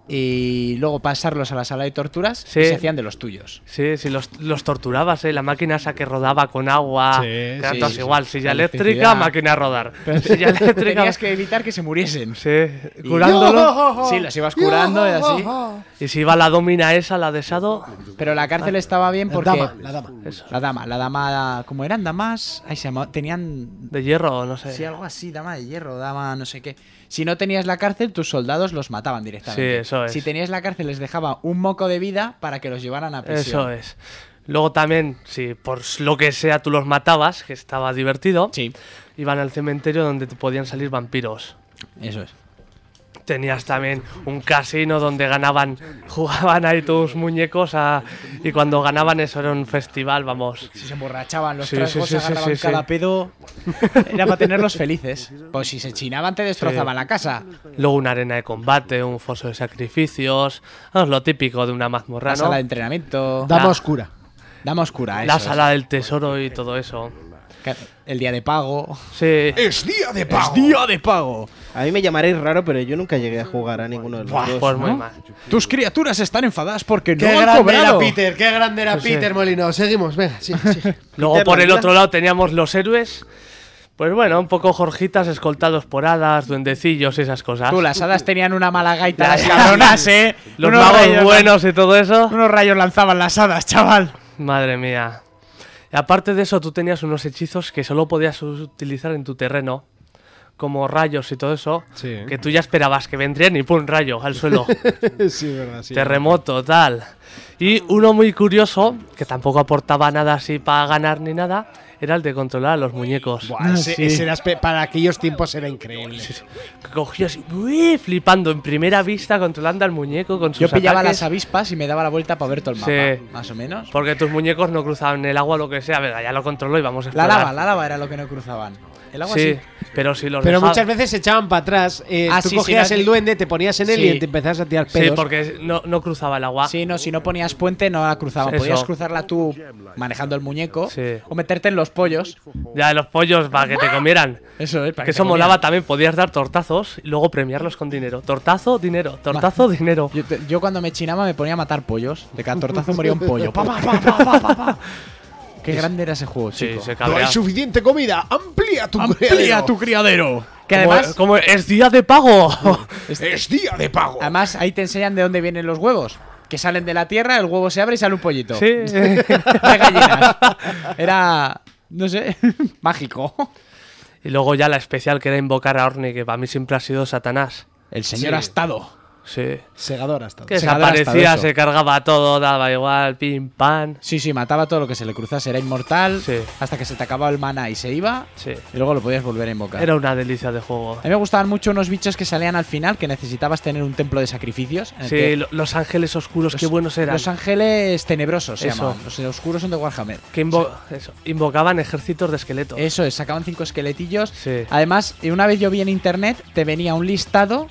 Speaker 5: y luego pasarlos a la sala de torturas
Speaker 7: Sí.
Speaker 5: y se hacían de los tuyos.
Speaker 7: Sí, sí, los, los torturabas, ¿eh? La máquina esa que rodaba con agua.
Speaker 5: Sí,
Speaker 7: que eran
Speaker 5: sí,
Speaker 7: todos
Speaker 5: sí.
Speaker 7: igual, silla
Speaker 5: Electricidad.
Speaker 7: eléctrica, máquina a rodar. Silla eléctrica.
Speaker 5: Tenías que evitar que se muriesen.
Speaker 7: Sí,
Speaker 5: Y-
Speaker 7: curándolo.
Speaker 5: Sí, los ibas curando y así.
Speaker 7: Y si iba la domina esa, la de Sado.
Speaker 5: Pero la cárcel estaba bien
Speaker 7: La
Speaker 5: porque.
Speaker 7: dama,
Speaker 5: la dama. La dama, la dama. Como eran damas. Ahí se llamaba- Tenían.
Speaker 7: De hierro, no sé.
Speaker 5: Sí, algo así, dama de hierro, dama no sé qué. Si no tenías la cárcel, tus soldados los mataban directamente.
Speaker 7: Sí, eso es.
Speaker 5: Si tenías la cárcel, les dejaba un moco de vida para que los llevaran a prisión.
Speaker 7: Eso es. Luego también, si por lo que sea tú los matabas, que estaba divertido, iban al cementerio donde te podían salir vampiros.
Speaker 5: Eso es.
Speaker 7: Tenías también un casino donde ganaban, jugaban ahí tus muñecos a- y cuando ganaban eso era un festival, vamos.
Speaker 5: Si se emborrachaban los
Speaker 7: Sí,
Speaker 5: trasgos,
Speaker 7: sí, sí, sí,
Speaker 5: agarraban
Speaker 7: sí, sí.
Speaker 5: cada pedo. Era para tenerlos felices. Pues si se chinaban, te destrozaban
Speaker 7: Sí.
Speaker 5: la casa.
Speaker 7: Luego una arena de combate, un foso de sacrificios, vamos, lo típico de una mazmorra,
Speaker 5: La
Speaker 7: ¿no?
Speaker 5: sala de entrenamiento.
Speaker 7: Dama
Speaker 5: La-
Speaker 7: oscura.
Speaker 5: Dama oscura,
Speaker 7: La
Speaker 5: eso
Speaker 7: sala del tesoro y todo eso.
Speaker 5: El día de pago.
Speaker 7: Sí.
Speaker 5: ¡Es día de pago! ¡Es día de pago!
Speaker 6: A mí me llamaréis raro, pero yo nunca llegué a jugar a ninguno de los
Speaker 5: Buah,
Speaker 6: dos.
Speaker 5: pues muy mal. Tus criaturas están enfadadas porque
Speaker 9: Qué
Speaker 5: no han
Speaker 9: grande
Speaker 5: cobrado.
Speaker 9: era Peter, qué grande era
Speaker 7: Sí, sí.
Speaker 9: Peter Molino. Seguimos, venga, sí, sí.
Speaker 7: Luego
Speaker 9: Peter
Speaker 7: por el
Speaker 9: Molina.
Speaker 7: otro lado teníamos los héroes. Pues bueno, un poco jorjitas escoltados por hadas, duendecillos y esas cosas.
Speaker 5: Tú, las hadas tenían una mala gaita,
Speaker 7: Las-
Speaker 5: las cabronas, ¿eh?
Speaker 7: Los
Speaker 5: Unos
Speaker 7: magos
Speaker 5: rayos-
Speaker 7: buenos y todo eso.
Speaker 5: Unos rayos lanzaban las hadas, chaval.
Speaker 7: Madre mía. Y aparte de eso, tú tenías unos hechizos que solo podías utilizar en tu terreno. Como rayos y todo eso.
Speaker 9: Sí.
Speaker 7: Que tú ya esperabas que vendrían y pum, rayo al suelo.
Speaker 9: sí, verdad, sí.
Speaker 7: Terremoto, tal. Y uno muy curioso, que tampoco aportaba nada así para ganar ni nada, era el de controlar a los muñecos.
Speaker 9: Buah, ese- ese era espe- para aquellos tiempos era increíble.
Speaker 7: Que cogías y uy, flipando en primera vista, controlando al muñeco con sus
Speaker 5: Yo pillaba las
Speaker 7: ataques.
Speaker 5: avispas y me daba la vuelta para ver todo el mapa,
Speaker 7: Sí.
Speaker 5: más o menos.
Speaker 7: Porque tus muñecos no cruzaban el agua, lo que sea. Venga, ya lo controló y vamos a
Speaker 5: La
Speaker 7: explorar.
Speaker 5: lava, la lava era lo que no cruzaban. El agua
Speaker 7: sí,
Speaker 5: sí.
Speaker 7: pero si los
Speaker 9: Pero
Speaker 7: dejaba-
Speaker 9: muchas veces se echaban para atrás. eh,
Speaker 5: Ah,
Speaker 9: tú
Speaker 5: sí, sí,
Speaker 9: cogías
Speaker 5: las-
Speaker 9: el duende, te ponías en él
Speaker 5: Sí.
Speaker 9: y te empezabas a tirar pedos.
Speaker 7: Sí, porque no, no cruzaba el agua.
Speaker 5: Sí, no, si no ponías puente no la cruzaban.
Speaker 7: Ah. Eso.
Speaker 5: Podías cruzarla tú manejando el muñeco
Speaker 7: Sí.
Speaker 5: o meterte en los pollos.
Speaker 7: Ya, los pollos para que te comieran.
Speaker 5: Eso es, para te
Speaker 7: Que eso
Speaker 5: comieran.
Speaker 7: molaba también, podías dar tortazos y luego premiarlos con dinero. Tortazo, dinero, tortazo, dinero.
Speaker 5: Yo, te- yo cuando me chinaba me ponía a matar pollos. De cada tortazo moría un pollo. Pa, pa, pa, pa, pa, pa. Qué grande era ese juego,
Speaker 7: Sí,
Speaker 5: chico.
Speaker 7: se
Speaker 9: No hay
Speaker 7: cabrea.
Speaker 9: suficiente comida. Amplía tu criadero.
Speaker 5: criadero! Que
Speaker 7: Como-
Speaker 5: además,
Speaker 7: como es día de pago.
Speaker 9: Es día de pago.
Speaker 5: además ahí te enseñan de dónde vienen los huevos. Que salen de la tierra, el huevo se abre y sale un pollito.
Speaker 7: sí.
Speaker 5: De gallinas. Era, no sé, mágico.
Speaker 7: y luego ya la especial que era invocar a Orne, que para mí siempre ha sido Satanás.
Speaker 5: El señor
Speaker 9: Sí.
Speaker 5: Astado.
Speaker 7: Sí.
Speaker 9: Segador hasta.
Speaker 7: Que
Speaker 5: Se cabrea hasta de
Speaker 7: desaparecía,
Speaker 5: eso.
Speaker 7: se cargaba todo, daba igual, pim, pam.
Speaker 5: Sí, sí, mataba todo lo que se le cruzase. Era inmortal.
Speaker 7: Sí.
Speaker 5: Hasta que se te acababa el mana y se iba.
Speaker 7: Sí.
Speaker 5: Y luego lo podías volver a invocar.
Speaker 7: Era una delicia de juego.
Speaker 5: A mí me gustaban mucho unos bichos que salían al final, que necesitabas tener un templo de sacrificios. en el eh, que
Speaker 7: Sí, lo- los ángeles oscuros, qué buenos eran.
Speaker 5: Los ángeles tenebrosos se
Speaker 7: Eso.
Speaker 5: llamaban. Los oscuros son de Warhammer.
Speaker 7: que invo- eso, invocaban ejércitos de esqueletos.
Speaker 5: Eso es, sacaban cinco esqueletillos.
Speaker 7: Sí.
Speaker 5: Además, eh, una vez yo vi en internet, te venía un listado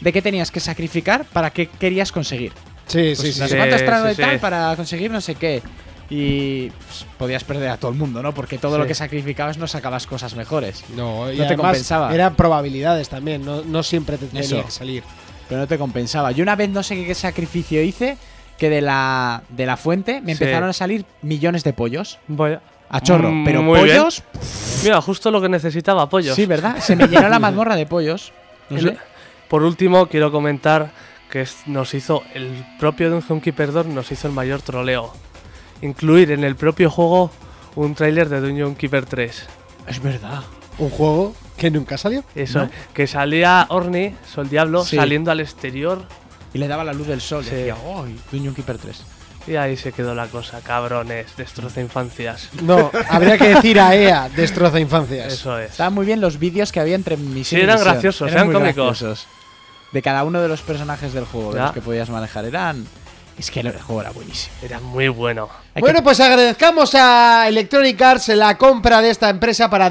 Speaker 5: de qué tenías que sacrificar para qué querías conseguir.
Speaker 9: Sí, sí,
Speaker 5: Pues
Speaker 9: sí.
Speaker 5: no sé
Speaker 7: sí.
Speaker 5: cuántas tragos de
Speaker 7: sí,
Speaker 5: tal
Speaker 7: sí.
Speaker 5: para conseguir no sé qué. Y pues, podías perder a todo el mundo, ¿no? Porque todo
Speaker 7: Sí.
Speaker 5: lo que sacrificabas no sacabas cosas mejores.
Speaker 9: No, y
Speaker 5: te
Speaker 9: además
Speaker 5: compensaba.
Speaker 9: Eran probabilidades también, no, no siempre te tenía
Speaker 5: Eso.
Speaker 9: que salir.
Speaker 5: Pero no te compensaba. Yo una vez no sé qué sacrificio hice, que de la, de la fuente me
Speaker 7: Sí.
Speaker 5: empezaron a salir millones de pollos.
Speaker 7: Vaya.
Speaker 5: A chorro,
Speaker 7: Mm,
Speaker 5: pero
Speaker 7: muy bien.
Speaker 5: pollos.
Speaker 7: Mira, justo lo que necesitaba, pollos.
Speaker 5: Sí, ¿verdad? Se me llenó la mazmorra de pollos. No
Speaker 7: El-
Speaker 5: sé.
Speaker 7: Por último, quiero comentar que es- nos hizo el propio Dungeon Keeper 2 nos hizo el mayor troleo. Incluir en el propio juego un tráiler de Dungeon Keeper 3.
Speaker 5: Es verdad.
Speaker 9: Un juego que nunca salió.
Speaker 7: Eso, que salía Orni, Sol Diablo,
Speaker 5: Sí.
Speaker 7: saliendo al exterior
Speaker 5: Y le daba la luz del sol.
Speaker 7: Sí.
Speaker 5: Y decía, ¡ay! Dungeon Keeper 3.
Speaker 7: y ahí se quedó la cosa, cabrones, destroza infancias.
Speaker 9: No, habría que decir a EA, destroza infancias.
Speaker 7: Eso es.
Speaker 5: Estaban muy bien los vídeos que había entre mis
Speaker 7: Sí, eran graciosos, eran cómicos.
Speaker 5: De cada uno de los personajes del juego, de
Speaker 7: Ya.
Speaker 5: los que podías manejar, eran. Es que el juego era buenísimo.
Speaker 7: Era muy bueno.
Speaker 5: Hay
Speaker 9: Bueno,
Speaker 5: que-
Speaker 9: pues agradezcamos a Electronic Arts la compra de esta empresa para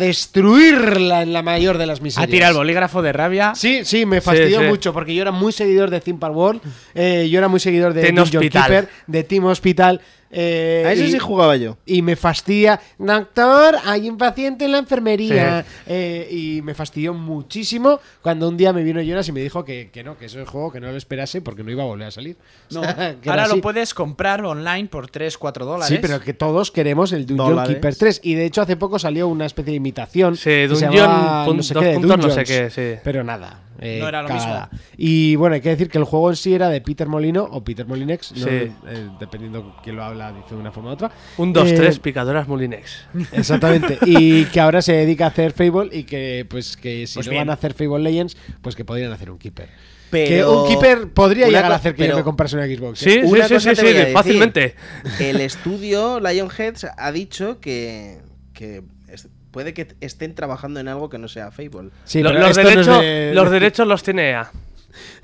Speaker 9: destruirla en la mayor de las
Speaker 5: ha
Speaker 7: pues,
Speaker 9: miserias.
Speaker 5: tirado el bolígrafo de rabia.
Speaker 9: Sí, sí, me fastidió
Speaker 7: sí.
Speaker 9: mucho porque yo era muy seguidor de Theme Park World, eh, yo era muy seguidor de
Speaker 7: Team
Speaker 9: Dungeon
Speaker 7: Hospital.
Speaker 9: Keeper, de Team Hospital.
Speaker 2: eh,
Speaker 6: A eso
Speaker 2: y-
Speaker 6: sí jugaba yo.
Speaker 2: Y me fastidia, doctor, hay un paciente en la enfermería. Eh, y me fastidió muchísimo cuando un día me vino Jonas y me dijo que, que no, que eso es juego que no lo esperase porque no iba a volver a salir.
Speaker 5: No,
Speaker 2: O sea, que era
Speaker 5: ahora
Speaker 2: así.
Speaker 5: lo puedes comprar online por 3, 4 dólares.
Speaker 7: ¿eh?
Speaker 2: Sí, pero que todos queremos el Dungeon
Speaker 5: Dólares.
Speaker 2: Keeper 3. Y de hecho, hace poco salió una especie de imitación.
Speaker 7: Sí,
Speaker 2: que se
Speaker 7: Dungeon
Speaker 2: llamaba
Speaker 7: pun-
Speaker 2: no sé
Speaker 7: dos
Speaker 2: qué, de
Speaker 7: puntos no sé
Speaker 2: Dungeons.
Speaker 7: qué, sí.
Speaker 2: Pero nada. eh,
Speaker 5: No era lo
Speaker 2: cagada. Y bueno, hay que decir que el juego en sí era de Peter Molino o Peter Molinex. no,
Speaker 7: Sí.
Speaker 2: eh, dependiendo quién lo habla, dice de una forma u otra.
Speaker 7: Un 2,
Speaker 2: Eh,
Speaker 7: 3, picadoras Molinex.
Speaker 2: Exactamente. Y que ahora se dedica a hacer Fable y que pues que si
Speaker 5: Pues
Speaker 2: no
Speaker 5: bien.
Speaker 2: van a hacer Fable Legends, pues que podrían hacer un Keeper.
Speaker 6: Pero-
Speaker 2: Que un Keeper podría
Speaker 6: Una
Speaker 2: llegar a
Speaker 6: co-
Speaker 2: hacer que yo
Speaker 6: pero-
Speaker 2: me comprase una Xbox. ¿eh?
Speaker 7: Sí,
Speaker 6: Una
Speaker 7: sí,
Speaker 6: cosa te
Speaker 7: sí, sí,
Speaker 6: voy a decir.
Speaker 7: fácilmente.
Speaker 6: El estudio Lionhead ha dicho que, que es- puede que estén trabajando en algo que no sea Fable.
Speaker 2: Sí,
Speaker 7: Lo-
Speaker 2: pero
Speaker 7: los,
Speaker 2: esto no es
Speaker 7: derechos,
Speaker 2: de-
Speaker 7: los derechos los tiene E EA.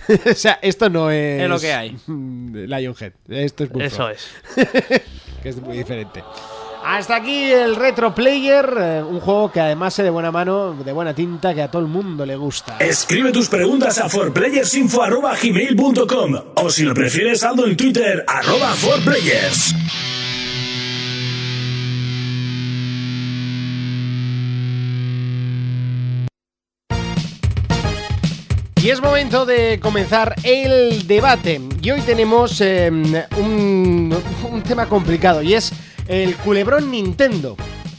Speaker 2: o sea, esto no es.
Speaker 5: Es lo que hay.
Speaker 2: Lionhead. Esto es Bullfrog,
Speaker 7: Eso es.
Speaker 2: Que es muy diferente. Hasta aquí el Retro Player, eh, un juego que además se de buena mano, de buena tinta, que a todo el mundo le gusta.
Speaker 1: Escribe tus preguntas a forplayersinfo@gmail.com o si lo prefieres saldo en Twitter arroba forplayers.
Speaker 2: Y es momento de comenzar el debate. Y hoy tenemos eh, un, un tema complicado y es el culebrón Nintendo.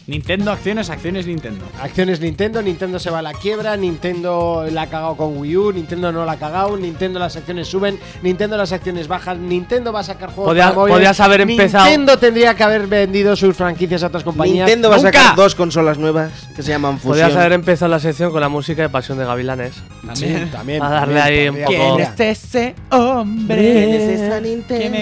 Speaker 5: Nintendo, acciones, acciones, Nintendo.
Speaker 2: Acciones Nintendo, Nintendo se va a la quiebra, Nintendo la ha cagado con Wii U, Nintendo no la ha cagado, Nintendo las acciones suben, Nintendo las acciones bajan, Nintendo va a sacar juegos
Speaker 7: Podía-
Speaker 2: para móviles,
Speaker 7: podías haber empezado-
Speaker 2: Nintendo tendría que haber vendido sus franquicias a otras compañías.
Speaker 6: Nintendo va a
Speaker 2: ¡Nunca!
Speaker 6: sacar dos consolas nuevas que se llaman Fusion.
Speaker 7: Podrías haber empezado la sección con la música de Pasión de Gavilanes.
Speaker 2: Sí, también.
Speaker 7: A darle
Speaker 2: también,
Speaker 7: ahí un
Speaker 2: también.
Speaker 7: poco-
Speaker 2: Mira,
Speaker 5: ese
Speaker 6: ¿Quién es esa
Speaker 5: que me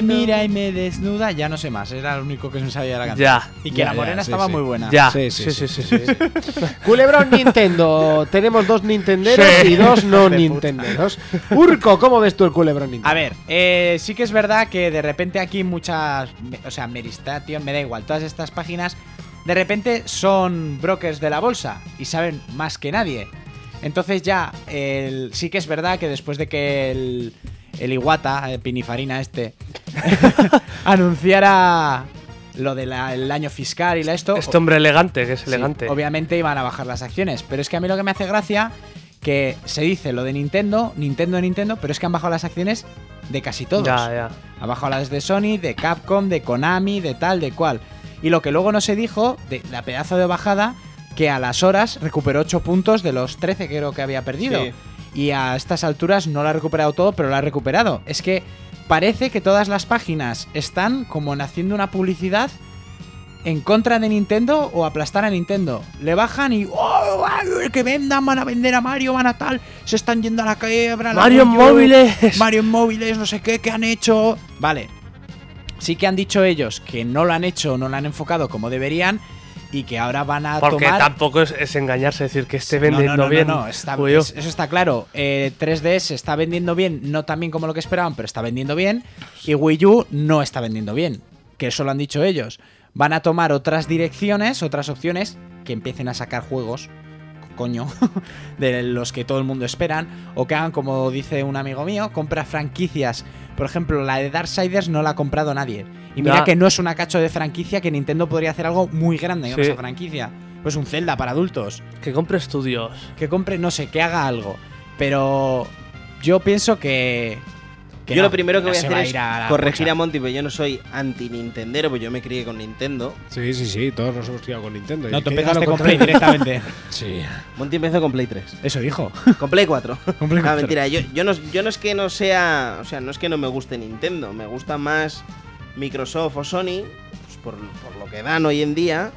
Speaker 6: Nintendo?
Speaker 5: mira y me desnuda? Ya no sé más, era lo único que se me sabía de la canción.
Speaker 7: Ya.
Speaker 5: Y que
Speaker 2: Ya,
Speaker 5: la
Speaker 2: ya,
Speaker 5: morena
Speaker 2: sí,
Speaker 5: estaba
Speaker 2: sí.
Speaker 5: muy buena.
Speaker 7: Ya.
Speaker 2: Sí,
Speaker 7: Sí,
Speaker 2: sí,
Speaker 7: sí, sí. sí,
Speaker 2: Culebrón Nintendo. Tenemos dos Nintenderos
Speaker 7: Sí.
Speaker 2: y dos no
Speaker 5: Hijos de
Speaker 2: Nintenderos. Urco, ¿cómo ves tú el culebrón Nintendo?
Speaker 5: A ver, eh, sí que es verdad que de repente aquí muchas. me- O sea, Meristation, me da igual, todas estas páginas. De repente son brokers de la bolsa y saben más que nadie. Entonces ya, el- sí que es verdad que después de que el, el Iwata, el Pinifarina este, anunciara lo del año fiscal y la esto...
Speaker 7: Este hombre elegante, que es
Speaker 5: Sí,
Speaker 7: elegante.
Speaker 5: obviamente iban a bajar las acciones, pero es que a mí lo que me hace gracia que se dice lo de Nintendo, Nintendo, Nintendo, pero es que han bajado las acciones de casi todos.
Speaker 7: Ya, ya.
Speaker 5: Han bajado las de Sony, de Capcom, de Konami, de tal, de cual. Y lo que luego no se dijo, de la pedazo de bajada, que a las horas recuperó 8 puntos de los 13 que creo que había perdido.
Speaker 6: Sí.
Speaker 5: Y a estas alturas no la ha recuperado todo, pero la ha recuperado. Es que parece que todas las páginas están como naciendo una publicidad en contra de Nintendo o aplastar a Nintendo. Le bajan y ¡Oh! ay, que vendan, van a vender a Mario, van a tal, se están yendo a la quiebra. la
Speaker 7: Mario en
Speaker 5: Wii U,
Speaker 7: móviles.
Speaker 5: Mario en móviles, no sé qué, que han hecho. Vale. Sí que han dicho ellos que no lo han hecho, no lo han enfocado como deberían y que ahora van a
Speaker 7: Porque
Speaker 5: tomar
Speaker 7: tampoco es, es engañarse decir que esté vendiendo
Speaker 5: no, no, no,
Speaker 7: bien.
Speaker 5: No, no, está-
Speaker 7: Uy, oh, yo.
Speaker 5: es- eso está claro. Eh, 3DS está vendiendo bien, no tan bien como lo que esperaban, pero está vendiendo bien. Y Wii U no está vendiendo bien, que eso lo han dicho ellos. Van a tomar otras direcciones, otras opciones, que empiecen a sacar juegos, coño, de los que todo el mundo esperan, o que hagan como dice un amigo mío, compra franquicias. Por ejemplo, la de Darksiders no la ha comprado nadie. Y mira
Speaker 7: Ya.
Speaker 5: que no es una cacho de franquicia, que Nintendo podría hacer algo muy grande con
Speaker 7: Sí.
Speaker 5: esa franquicia. Pues un Zelda para adultos
Speaker 7: Que compre estudios.
Speaker 5: que compre, no sé, que haga algo. Pero yo pienso que.
Speaker 6: yo
Speaker 5: no,
Speaker 6: lo primero que
Speaker 5: no
Speaker 6: voy a
Speaker 5: se
Speaker 6: hacer
Speaker 5: va
Speaker 6: es
Speaker 5: ir a la
Speaker 6: corregir
Speaker 5: mocha.
Speaker 6: a Monty, porque yo no soy anti-Nintendero, porque yo me crié con Nintendo.
Speaker 2: Sí, sí, sí, todos nos hemos criado con Nintendo.
Speaker 5: No,
Speaker 2: Y que
Speaker 5: te
Speaker 2: diga
Speaker 5: empezaste
Speaker 2: lo
Speaker 5: con Play
Speaker 2: contrario.
Speaker 5: directamente.
Speaker 2: Sí.
Speaker 6: Monty empezó con Play 3.
Speaker 5: Eso dijo.
Speaker 6: Con Play 4.
Speaker 5: Con Play
Speaker 6: Ah,
Speaker 5: 4.
Speaker 6: mentira, yo, yo, no, yo no es que no sea. O sea, no es que no me guste Nintendo. Me gusta más Microsoft o Sony, pues por, por lo que dan hoy en día.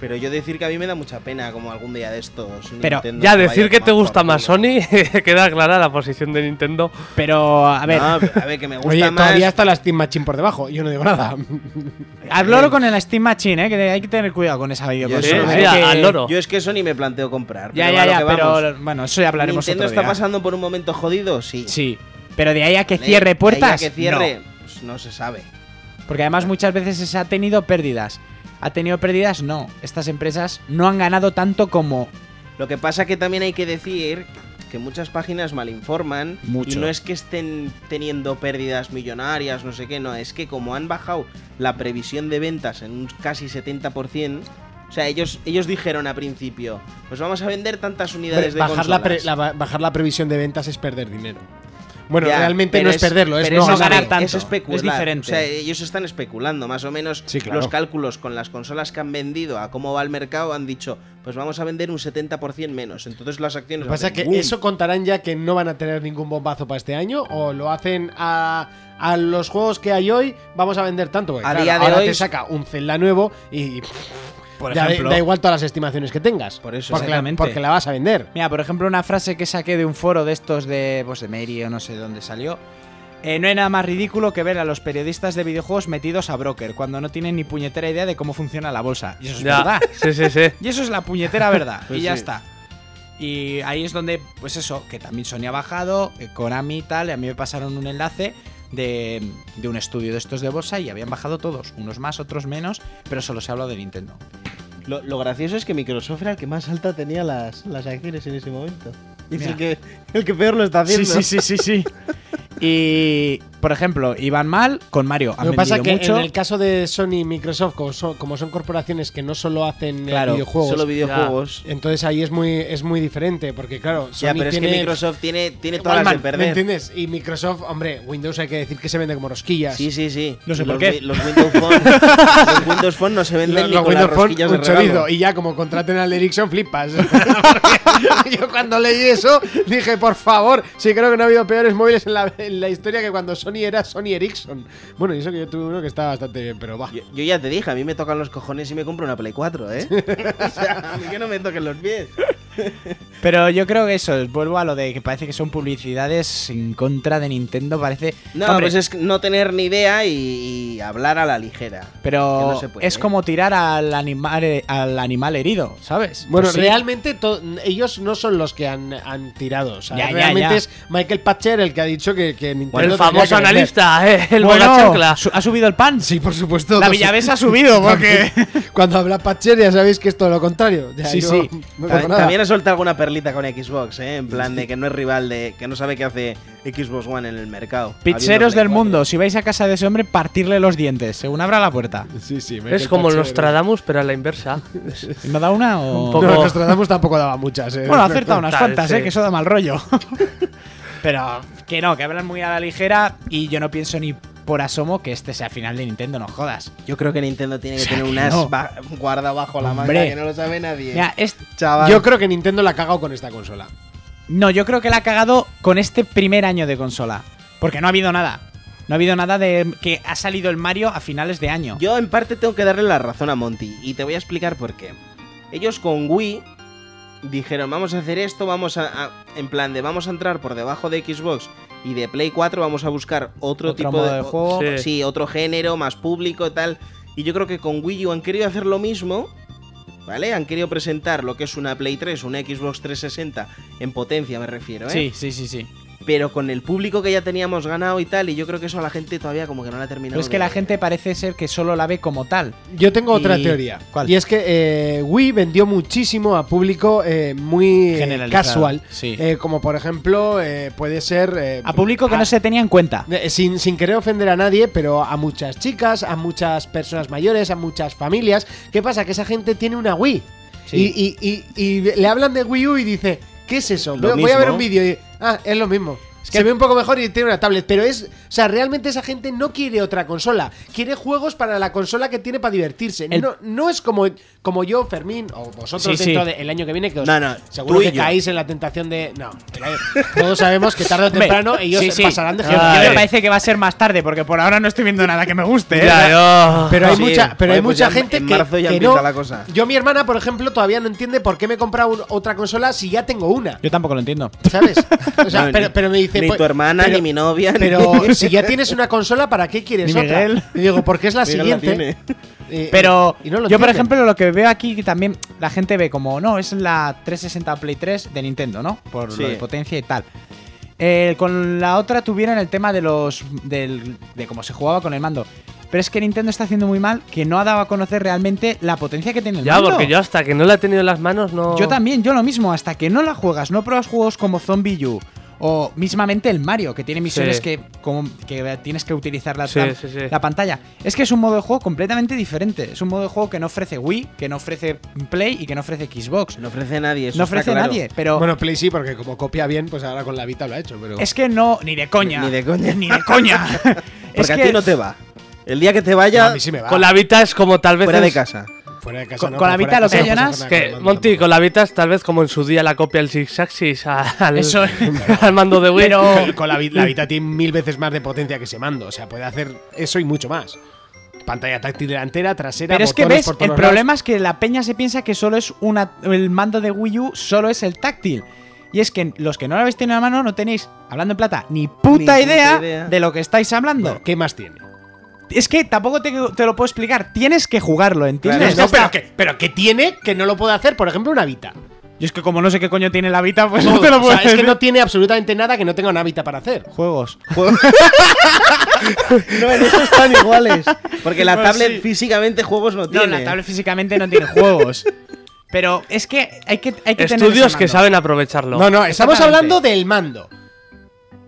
Speaker 6: Pero yo decir que a mí me da mucha pena como algún día de estos.
Speaker 5: Pero
Speaker 6: Nintendo
Speaker 7: Ya
Speaker 6: se vaya
Speaker 7: decir
Speaker 6: a
Speaker 7: que
Speaker 6: tomar
Speaker 7: te gusta
Speaker 6: por
Speaker 7: más
Speaker 6: culo.
Speaker 7: Sony, queda clara la posición de Nintendo.
Speaker 5: Pero, a ver,
Speaker 6: No, a ver, que me gusta
Speaker 2: Oye,
Speaker 6: más.
Speaker 2: todavía está la Steam Machine por debajo. Yo no digo nada.
Speaker 5: al loro con el Steam Machine, ¿eh? que hay que tener cuidado con esa
Speaker 6: Yo
Speaker 5: videoconsola.
Speaker 7: Sí,
Speaker 6: solo
Speaker 5: ¿eh?
Speaker 7: sí,
Speaker 6: sé
Speaker 7: a-
Speaker 5: Que-
Speaker 7: al loro.
Speaker 6: Yo es que Sony me planteo comprar.
Speaker 5: Ya,
Speaker 6: pero
Speaker 5: ya,
Speaker 6: a lo
Speaker 5: ya,
Speaker 6: que
Speaker 5: pero
Speaker 6: vamos.
Speaker 5: bueno, eso ya hablaremos
Speaker 6: Nintendo
Speaker 5: otro día.
Speaker 6: está pasando por un momento jodido, sí.
Speaker 5: Sí, pero de ahí a que
Speaker 6: Le-
Speaker 5: cierre
Speaker 6: de
Speaker 5: puertas.
Speaker 6: ahí a que cierre,
Speaker 5: no.
Speaker 6: pues no se sabe.
Speaker 5: Porque además muchas veces se ha tenido pérdidas. ¿Ha tenido pérdidas? No. Estas empresas no han ganado tanto como
Speaker 6: Lo que pasa que también hay que decir que muchas páginas malinforman
Speaker 5: Mucho.
Speaker 6: y no es que estén teniendo pérdidas millonarias, no sé qué, no, es que como han bajado la previsión de ventas en un casi 70%, o sea, ellos, ellos dijeron a principio, pues vamos a vender tantas unidades de
Speaker 2: bajar, la pre-
Speaker 6: consolas.
Speaker 2: la ba- bajar la previsión de ventas es perder dinero. Bueno,
Speaker 6: Ya,
Speaker 2: realmente no
Speaker 6: pero
Speaker 2: es, perderlo, es
Speaker 6: pero
Speaker 2: no
Speaker 6: es
Speaker 2: ganar
Speaker 6: espe-
Speaker 2: tanto.
Speaker 6: Es especular.
Speaker 5: Es diferente.
Speaker 6: O sea, ellos están especulando. Más o menos
Speaker 2: Sí, claro.
Speaker 6: los cálculos con las consolas que han vendido a cómo va el mercado han dicho, pues vamos a vender un 70% menos. Entonces las acciones...
Speaker 2: Lo que pasa es
Speaker 6: hacen
Speaker 2: que
Speaker 6: boom.
Speaker 2: eso contarán ya que no van a tener ningún bombazo para este año o lo hacen a, a los juegos que hay hoy, vamos a vender tanto. porque,
Speaker 6: A
Speaker 2: claro,
Speaker 6: día de
Speaker 2: ahora
Speaker 6: hoy-
Speaker 2: te saca un Zelda nuevo y pff,
Speaker 5: Por
Speaker 2: ya da-
Speaker 5: ejemplo.
Speaker 2: da igual todas las estimaciones que tengas.
Speaker 6: Por eso,
Speaker 2: porque, la,
Speaker 5: exactamente.
Speaker 2: porque la vas a vender.
Speaker 5: Mira, por ejemplo, una frase que saqué de un foro de estos de, pues, de Mary o no sé dónde salió. Eh, no hay nada más ridículo que ver a los periodistas de videojuegos metidos a broker cuando no tienen ni puñetera idea de cómo funciona la bolsa. Y eso es
Speaker 7: Ya,
Speaker 5: verdad.
Speaker 7: sí, sí, sí.
Speaker 5: Y eso es la puñetera verdad.
Speaker 6: Pues
Speaker 5: y ya
Speaker 6: sí.
Speaker 5: está. Y ahí es donde, pues eso, que también Sony ha bajado, eh, Konami y tal, a mí me pasaron un enlace de, de un estudio de estos de bolsa y habían bajado todos, unos más, otros menos, pero solo se ha hablado de Nintendo.
Speaker 6: Lo, lo gracioso es que Microsoft era el que más alta tenía las, las acciones en ese momento. Y es
Speaker 5: Mira.
Speaker 6: el que, el que peor lo está haciendo.
Speaker 5: sí, sí, sí. y, por ejemplo, iban mal con Mario. Han
Speaker 2: Lo que pasa
Speaker 5: vendido
Speaker 2: que
Speaker 5: mucho.
Speaker 2: en el caso de Sony y Microsoft, como son, como son corporaciones que no solo hacen eh,
Speaker 5: Claro,
Speaker 2: videojuegos,
Speaker 6: Solo videojuegos.
Speaker 2: entonces ahí es muy, es muy diferente, porque claro, Sony
Speaker 6: Ya, pero es que
Speaker 2: tiene,
Speaker 6: Microsoft tiene, tiene todas las
Speaker 2: Wallman,
Speaker 6: de
Speaker 2: ¿Me
Speaker 6: perder.
Speaker 2: entiendes? Y Microsoft, hombre, Windows hay que decir que se vende como rosquillas.
Speaker 6: Sí, sí, sí.
Speaker 5: No sé
Speaker 6: los,
Speaker 5: por qué.
Speaker 6: wi- Los Windows Phone, los Windows Phone no se
Speaker 2: Lo-
Speaker 6: venden
Speaker 2: lo
Speaker 6: ni con las
Speaker 2: Windows Phone,
Speaker 6: rosquillas de
Speaker 2: un
Speaker 6: regalo.
Speaker 2: chorizo. Y ya, como contraten al Ericsson, flipas. Porque yo cuando leí eso, dije, por favor, sí creo que no ha habido peores móviles en la, en la historia que cuando Sony era Sony Ericsson. Bueno, y eso que yo tuve uno que estaba bastante bien, pero va.
Speaker 6: Yo, yo ya te dije, a mí me tocan los cojones y me compro una Play 4, ¿eh? o sea, a mí que no me toquen los pies.
Speaker 5: Pero yo creo que eso, vuelvo a lo de que parece que son publicidades en contra de Nintendo, parece...
Speaker 6: No,
Speaker 5: Hombre,
Speaker 6: pues es que no tener ni idea y, y hablar a la ligera.
Speaker 5: Pero
Speaker 6: Que no se puede.
Speaker 2: ¿eh?
Speaker 5: es como tirar al animal, eh, al animal herido, ¿sabes?
Speaker 2: Bueno,
Speaker 5: Pues sí.
Speaker 2: realmente to- ellos no son los que han, han tirado. o sea,
Speaker 5: Ya, ya,
Speaker 2: realmente
Speaker 5: ya.
Speaker 2: es Michael Patcher el que ha dicho que, que Nintendo.
Speaker 7: el
Speaker 2: tendría
Speaker 7: famoso
Speaker 2: que vender.
Speaker 7: analista, eh, el
Speaker 5: Bueno,
Speaker 7: bogachocla.
Speaker 5: su- ha subido el pan.
Speaker 2: Sí, por supuesto.
Speaker 5: La
Speaker 2: dos-
Speaker 5: Villavesa ha subido, porque...
Speaker 2: Cuando habla Patcher, ya sabéis que es todo lo contrario. Ya,
Speaker 5: Sí,
Speaker 2: yo
Speaker 5: sí.
Speaker 2: no
Speaker 6: Ta-
Speaker 2: digo nada.
Speaker 6: También ha soltado alguna perlita con Xbox, ¿eh? En plan de que no es rival, de que no sabe qué hace Xbox One en el mercado.
Speaker 5: Pizzeros
Speaker 6: Habiendo Play
Speaker 5: del
Speaker 6: 4.
Speaker 5: mundo, si vais a casa de ese hombre, partirle los dientes, según abra la puerta.
Speaker 2: Sí, sí, Michael
Speaker 7: Es como
Speaker 2: Patcher.
Speaker 7: el
Speaker 2: eh.
Speaker 7: Nostradamus, pero a la inversa.
Speaker 5: ¿Eh? ¿Me da una o...?
Speaker 7: Un
Speaker 2: No,
Speaker 7: poco.
Speaker 2: Nostradamus tampoco daba muchas. eh.
Speaker 5: Bueno, acerta unas
Speaker 7: Tal,
Speaker 5: cuantas,
Speaker 7: sí.
Speaker 5: eh, que eso da mal rollo. Pero que no, que hablan muy a la ligera y yo no pienso ni por asomo que este sea final de Nintendo, no jodas.
Speaker 6: Yo creo que Nintendo tiene que
Speaker 5: O sea,
Speaker 6: tener un
Speaker 5: que
Speaker 6: as
Speaker 5: no.
Speaker 6: ba- guarda bajo la manga
Speaker 5: Hombre.
Speaker 6: que no lo sabe nadie.
Speaker 5: Mira, es-
Speaker 6: Chaval.
Speaker 2: Yo creo que Nintendo la ha cagado con esta consola.
Speaker 5: No, yo creo que la ha cagado con este primer año de consola. Porque no ha habido nada. No ha habido nada de que ha salido el Mario a finales de año.
Speaker 6: Yo en parte tengo que darle la razón a Monty y te voy a explicar por qué. Ellos con Wii dijeron, vamos a hacer esto, vamos a, a- en plan de vamos a entrar por debajo de Xbox y de Play 4 vamos a buscar otro,
Speaker 5: Otro
Speaker 6: tipo
Speaker 5: modo de
Speaker 6: o-
Speaker 5: juego.
Speaker 6: Sí.
Speaker 7: Sí.
Speaker 6: otro género, más público y tal. Y yo creo que con Wii U han querido hacer lo mismo, ¿vale? Han querido presentar lo que es una Play 3, una Xbox 360 en potencia, me refiero, ¿eh?
Speaker 5: Sí, sí, sí, sí.
Speaker 6: Pero con el público que ya teníamos ganado y tal, y yo creo que eso a la gente todavía como que no la ha terminado.
Speaker 5: Pero es que
Speaker 6: de-
Speaker 5: la gente parece ser que solo la ve como tal.
Speaker 2: Yo tengo otra
Speaker 5: ¿Y
Speaker 2: teoría.
Speaker 5: cuál?
Speaker 2: Y es que eh, Wii vendió muchísimo a público eh, muy eh,
Speaker 5: Generalizado,
Speaker 2: casual.
Speaker 5: sí.
Speaker 2: Eh, como por ejemplo, eh, puede ser. eh,
Speaker 5: A público que no se tenía en cuenta.
Speaker 2: Eh, Sin, sin querer ofender a nadie, pero a muchas chicas, a muchas personas mayores, a muchas familias. ¿Qué pasa? Que esa gente tiene una Wii.
Speaker 5: Sí.
Speaker 2: Y, y- y- y le hablan de Wii U y dice, ¿qué es eso?
Speaker 6: Lo
Speaker 2: Voy voy a ver
Speaker 6: mismo.
Speaker 2: un vídeo y... Ah, es lo mismo. Se ve un poco mejor y tiene una tablet, pero es... O sea, realmente esa gente no quiere otra consola. Quiere juegos para la consola que tiene para divertirse.
Speaker 5: El-
Speaker 2: No, no es como, como yo, Fermín, o vosotros
Speaker 5: Sí,
Speaker 2: dentro
Speaker 5: sí.
Speaker 2: del año que viene, que os...
Speaker 6: No, no,
Speaker 2: seguro
Speaker 6: tú y
Speaker 2: que
Speaker 6: yo.
Speaker 2: caéis en la tentación de... No, el año- todos sabemos que tarde o
Speaker 5: Hombre,
Speaker 2: temprano ellos
Speaker 5: sí, sí.
Speaker 2: pasarán de
Speaker 5: Yo-
Speaker 2: generación.
Speaker 5: yo
Speaker 7: Ay.
Speaker 5: me parece que va a ser más tarde, porque por ahora no estoy viendo nada que me guste. ¿eh?
Speaker 7: Ya, yo-
Speaker 2: Pero hay
Speaker 6: Sí,
Speaker 2: mucha, pero
Speaker 6: joder,
Speaker 2: hay
Speaker 6: pues
Speaker 2: mucha
Speaker 6: ya
Speaker 2: gente
Speaker 6: en
Speaker 2: que,
Speaker 6: marzo ya
Speaker 2: que
Speaker 6: empieza
Speaker 2: no.
Speaker 6: la cosa.
Speaker 2: Yo mi hermana, por ejemplo, todavía no entiende por qué me he comprado un- otra consola si ya tengo una,
Speaker 5: Yo tampoco lo entiendo.
Speaker 2: ¿sabes? O sea,
Speaker 6: No, ni-
Speaker 2: pero, pero me dice
Speaker 6: ni
Speaker 2: pues,
Speaker 6: tu hermana,
Speaker 2: pero-
Speaker 6: ni mi novia, ni-
Speaker 2: Pero si ya tienes una consola, ¿para qué quieres
Speaker 5: Ni
Speaker 2: otra?
Speaker 5: Miguel.
Speaker 2: Y digo, porque es la
Speaker 6: Miguel la
Speaker 2: siguiente. Eh,
Speaker 5: Pero
Speaker 2: y no lo
Speaker 5: yo, por
Speaker 2: entienden.
Speaker 5: ejemplo, lo que veo aquí que también la gente ve como, no, es la 360 Play 3 de Nintendo, ¿no? Por
Speaker 6: Sí.
Speaker 5: lo de potencia y tal. Eh, con la otra tuvieron el tema de los. del- de cómo se jugaba con el mando. Pero es que Nintendo está haciendo muy mal que no ha dado a conocer realmente la potencia que tiene el
Speaker 7: Ya,
Speaker 5: mando.
Speaker 7: porque yo hasta que no la he tenido en las manos no.
Speaker 5: Yo también, yo lo mismo, hasta que no la juegas, no pruebas juegos como Zombie U o mismamente el Mario, que tiene misiones
Speaker 7: Sí.
Speaker 5: que, como, que tienes que utilizar la,
Speaker 7: Sí,
Speaker 5: tab-
Speaker 7: sí, sí.
Speaker 5: la pantalla. Es que es un modo de juego completamente diferente. Es un modo de juego que no ofrece Wii, que no ofrece Play y que no ofrece Xbox.
Speaker 6: No ofrece nadie. eso
Speaker 5: No
Speaker 6: está
Speaker 5: ofrece
Speaker 6: claro.
Speaker 5: nadie, pero
Speaker 2: Bueno, Play sí, porque como copia bien, pues ahora con la Vita lo ha hecho, pero...
Speaker 5: es que no, ni de coña.
Speaker 6: Ni de coña.
Speaker 5: Ni de coña.
Speaker 6: Porque
Speaker 5: es
Speaker 6: a
Speaker 5: que
Speaker 6: ti no te va. El día que te
Speaker 2: No,
Speaker 6: vaya,
Speaker 2: a mí sí me va.
Speaker 7: Con la Vita es como tal vez.
Speaker 6: fuera de
Speaker 7: es-
Speaker 6: casa.
Speaker 2: Fuera de casa,
Speaker 5: con-
Speaker 2: no,
Speaker 5: con la
Speaker 2: pero
Speaker 5: Vita
Speaker 2: fuera de
Speaker 5: lo
Speaker 2: casa
Speaker 5: que
Speaker 2: no
Speaker 5: llenas,
Speaker 2: pasa nada con
Speaker 7: Que,
Speaker 2: el mando
Speaker 7: Monty,
Speaker 2: tampoco.
Speaker 7: con la Vita es tal vez como en su día la copia el Six Axis a- al,
Speaker 5: Eso es.
Speaker 7: al mando de Wii.
Speaker 2: Con- con la, Vi- la Vita tiene mil veces más de potencia que ese mando. O sea, puede hacer eso y mucho más. Pantalla táctil delantera, trasera,
Speaker 5: Pero es que
Speaker 2: botones
Speaker 5: ves,
Speaker 2: por todos
Speaker 5: el
Speaker 2: los
Speaker 5: problema es que la peña se piensa que solo es una. El mando de Wii U solo es el táctil. Y es que los que no lo habéis tenido en la mano no tenéis, hablando en plata, ni puta,
Speaker 6: puta
Speaker 5: idea,
Speaker 6: idea.
Speaker 5: de lo que estáis hablando.
Speaker 2: lados. ¿Qué más tiene?
Speaker 5: Es que tampoco te, te lo puedo explicar. Tienes que jugarlo, ¿entiendes?
Speaker 2: No,
Speaker 5: Ya
Speaker 2: pero
Speaker 5: está.
Speaker 2: que, pero que tiene que no lo puede hacer, por ejemplo, una Vita.
Speaker 5: Yo es que como no sé qué coño tiene la Vita, pues no
Speaker 2: Todo.
Speaker 5: te lo
Speaker 2: O
Speaker 5: puedo
Speaker 2: sea, es que
Speaker 5: decir.
Speaker 2: no tiene absolutamente nada que no tenga una Vita para hacer.
Speaker 5: Juegos.
Speaker 6: No, en eso están iguales. Porque la
Speaker 5: Bueno,
Speaker 6: tablet
Speaker 5: sí.
Speaker 6: físicamente juegos no
Speaker 5: No,
Speaker 6: tiene.
Speaker 5: la tablet físicamente no tiene juegos. Pero es que hay que, hay que tener
Speaker 7: Estudios
Speaker 5: ese
Speaker 7: que
Speaker 5: mando.
Speaker 7: saben aprovecharlo.
Speaker 2: No, no, estamos
Speaker 5: Exactamente.
Speaker 2: hablando del mando.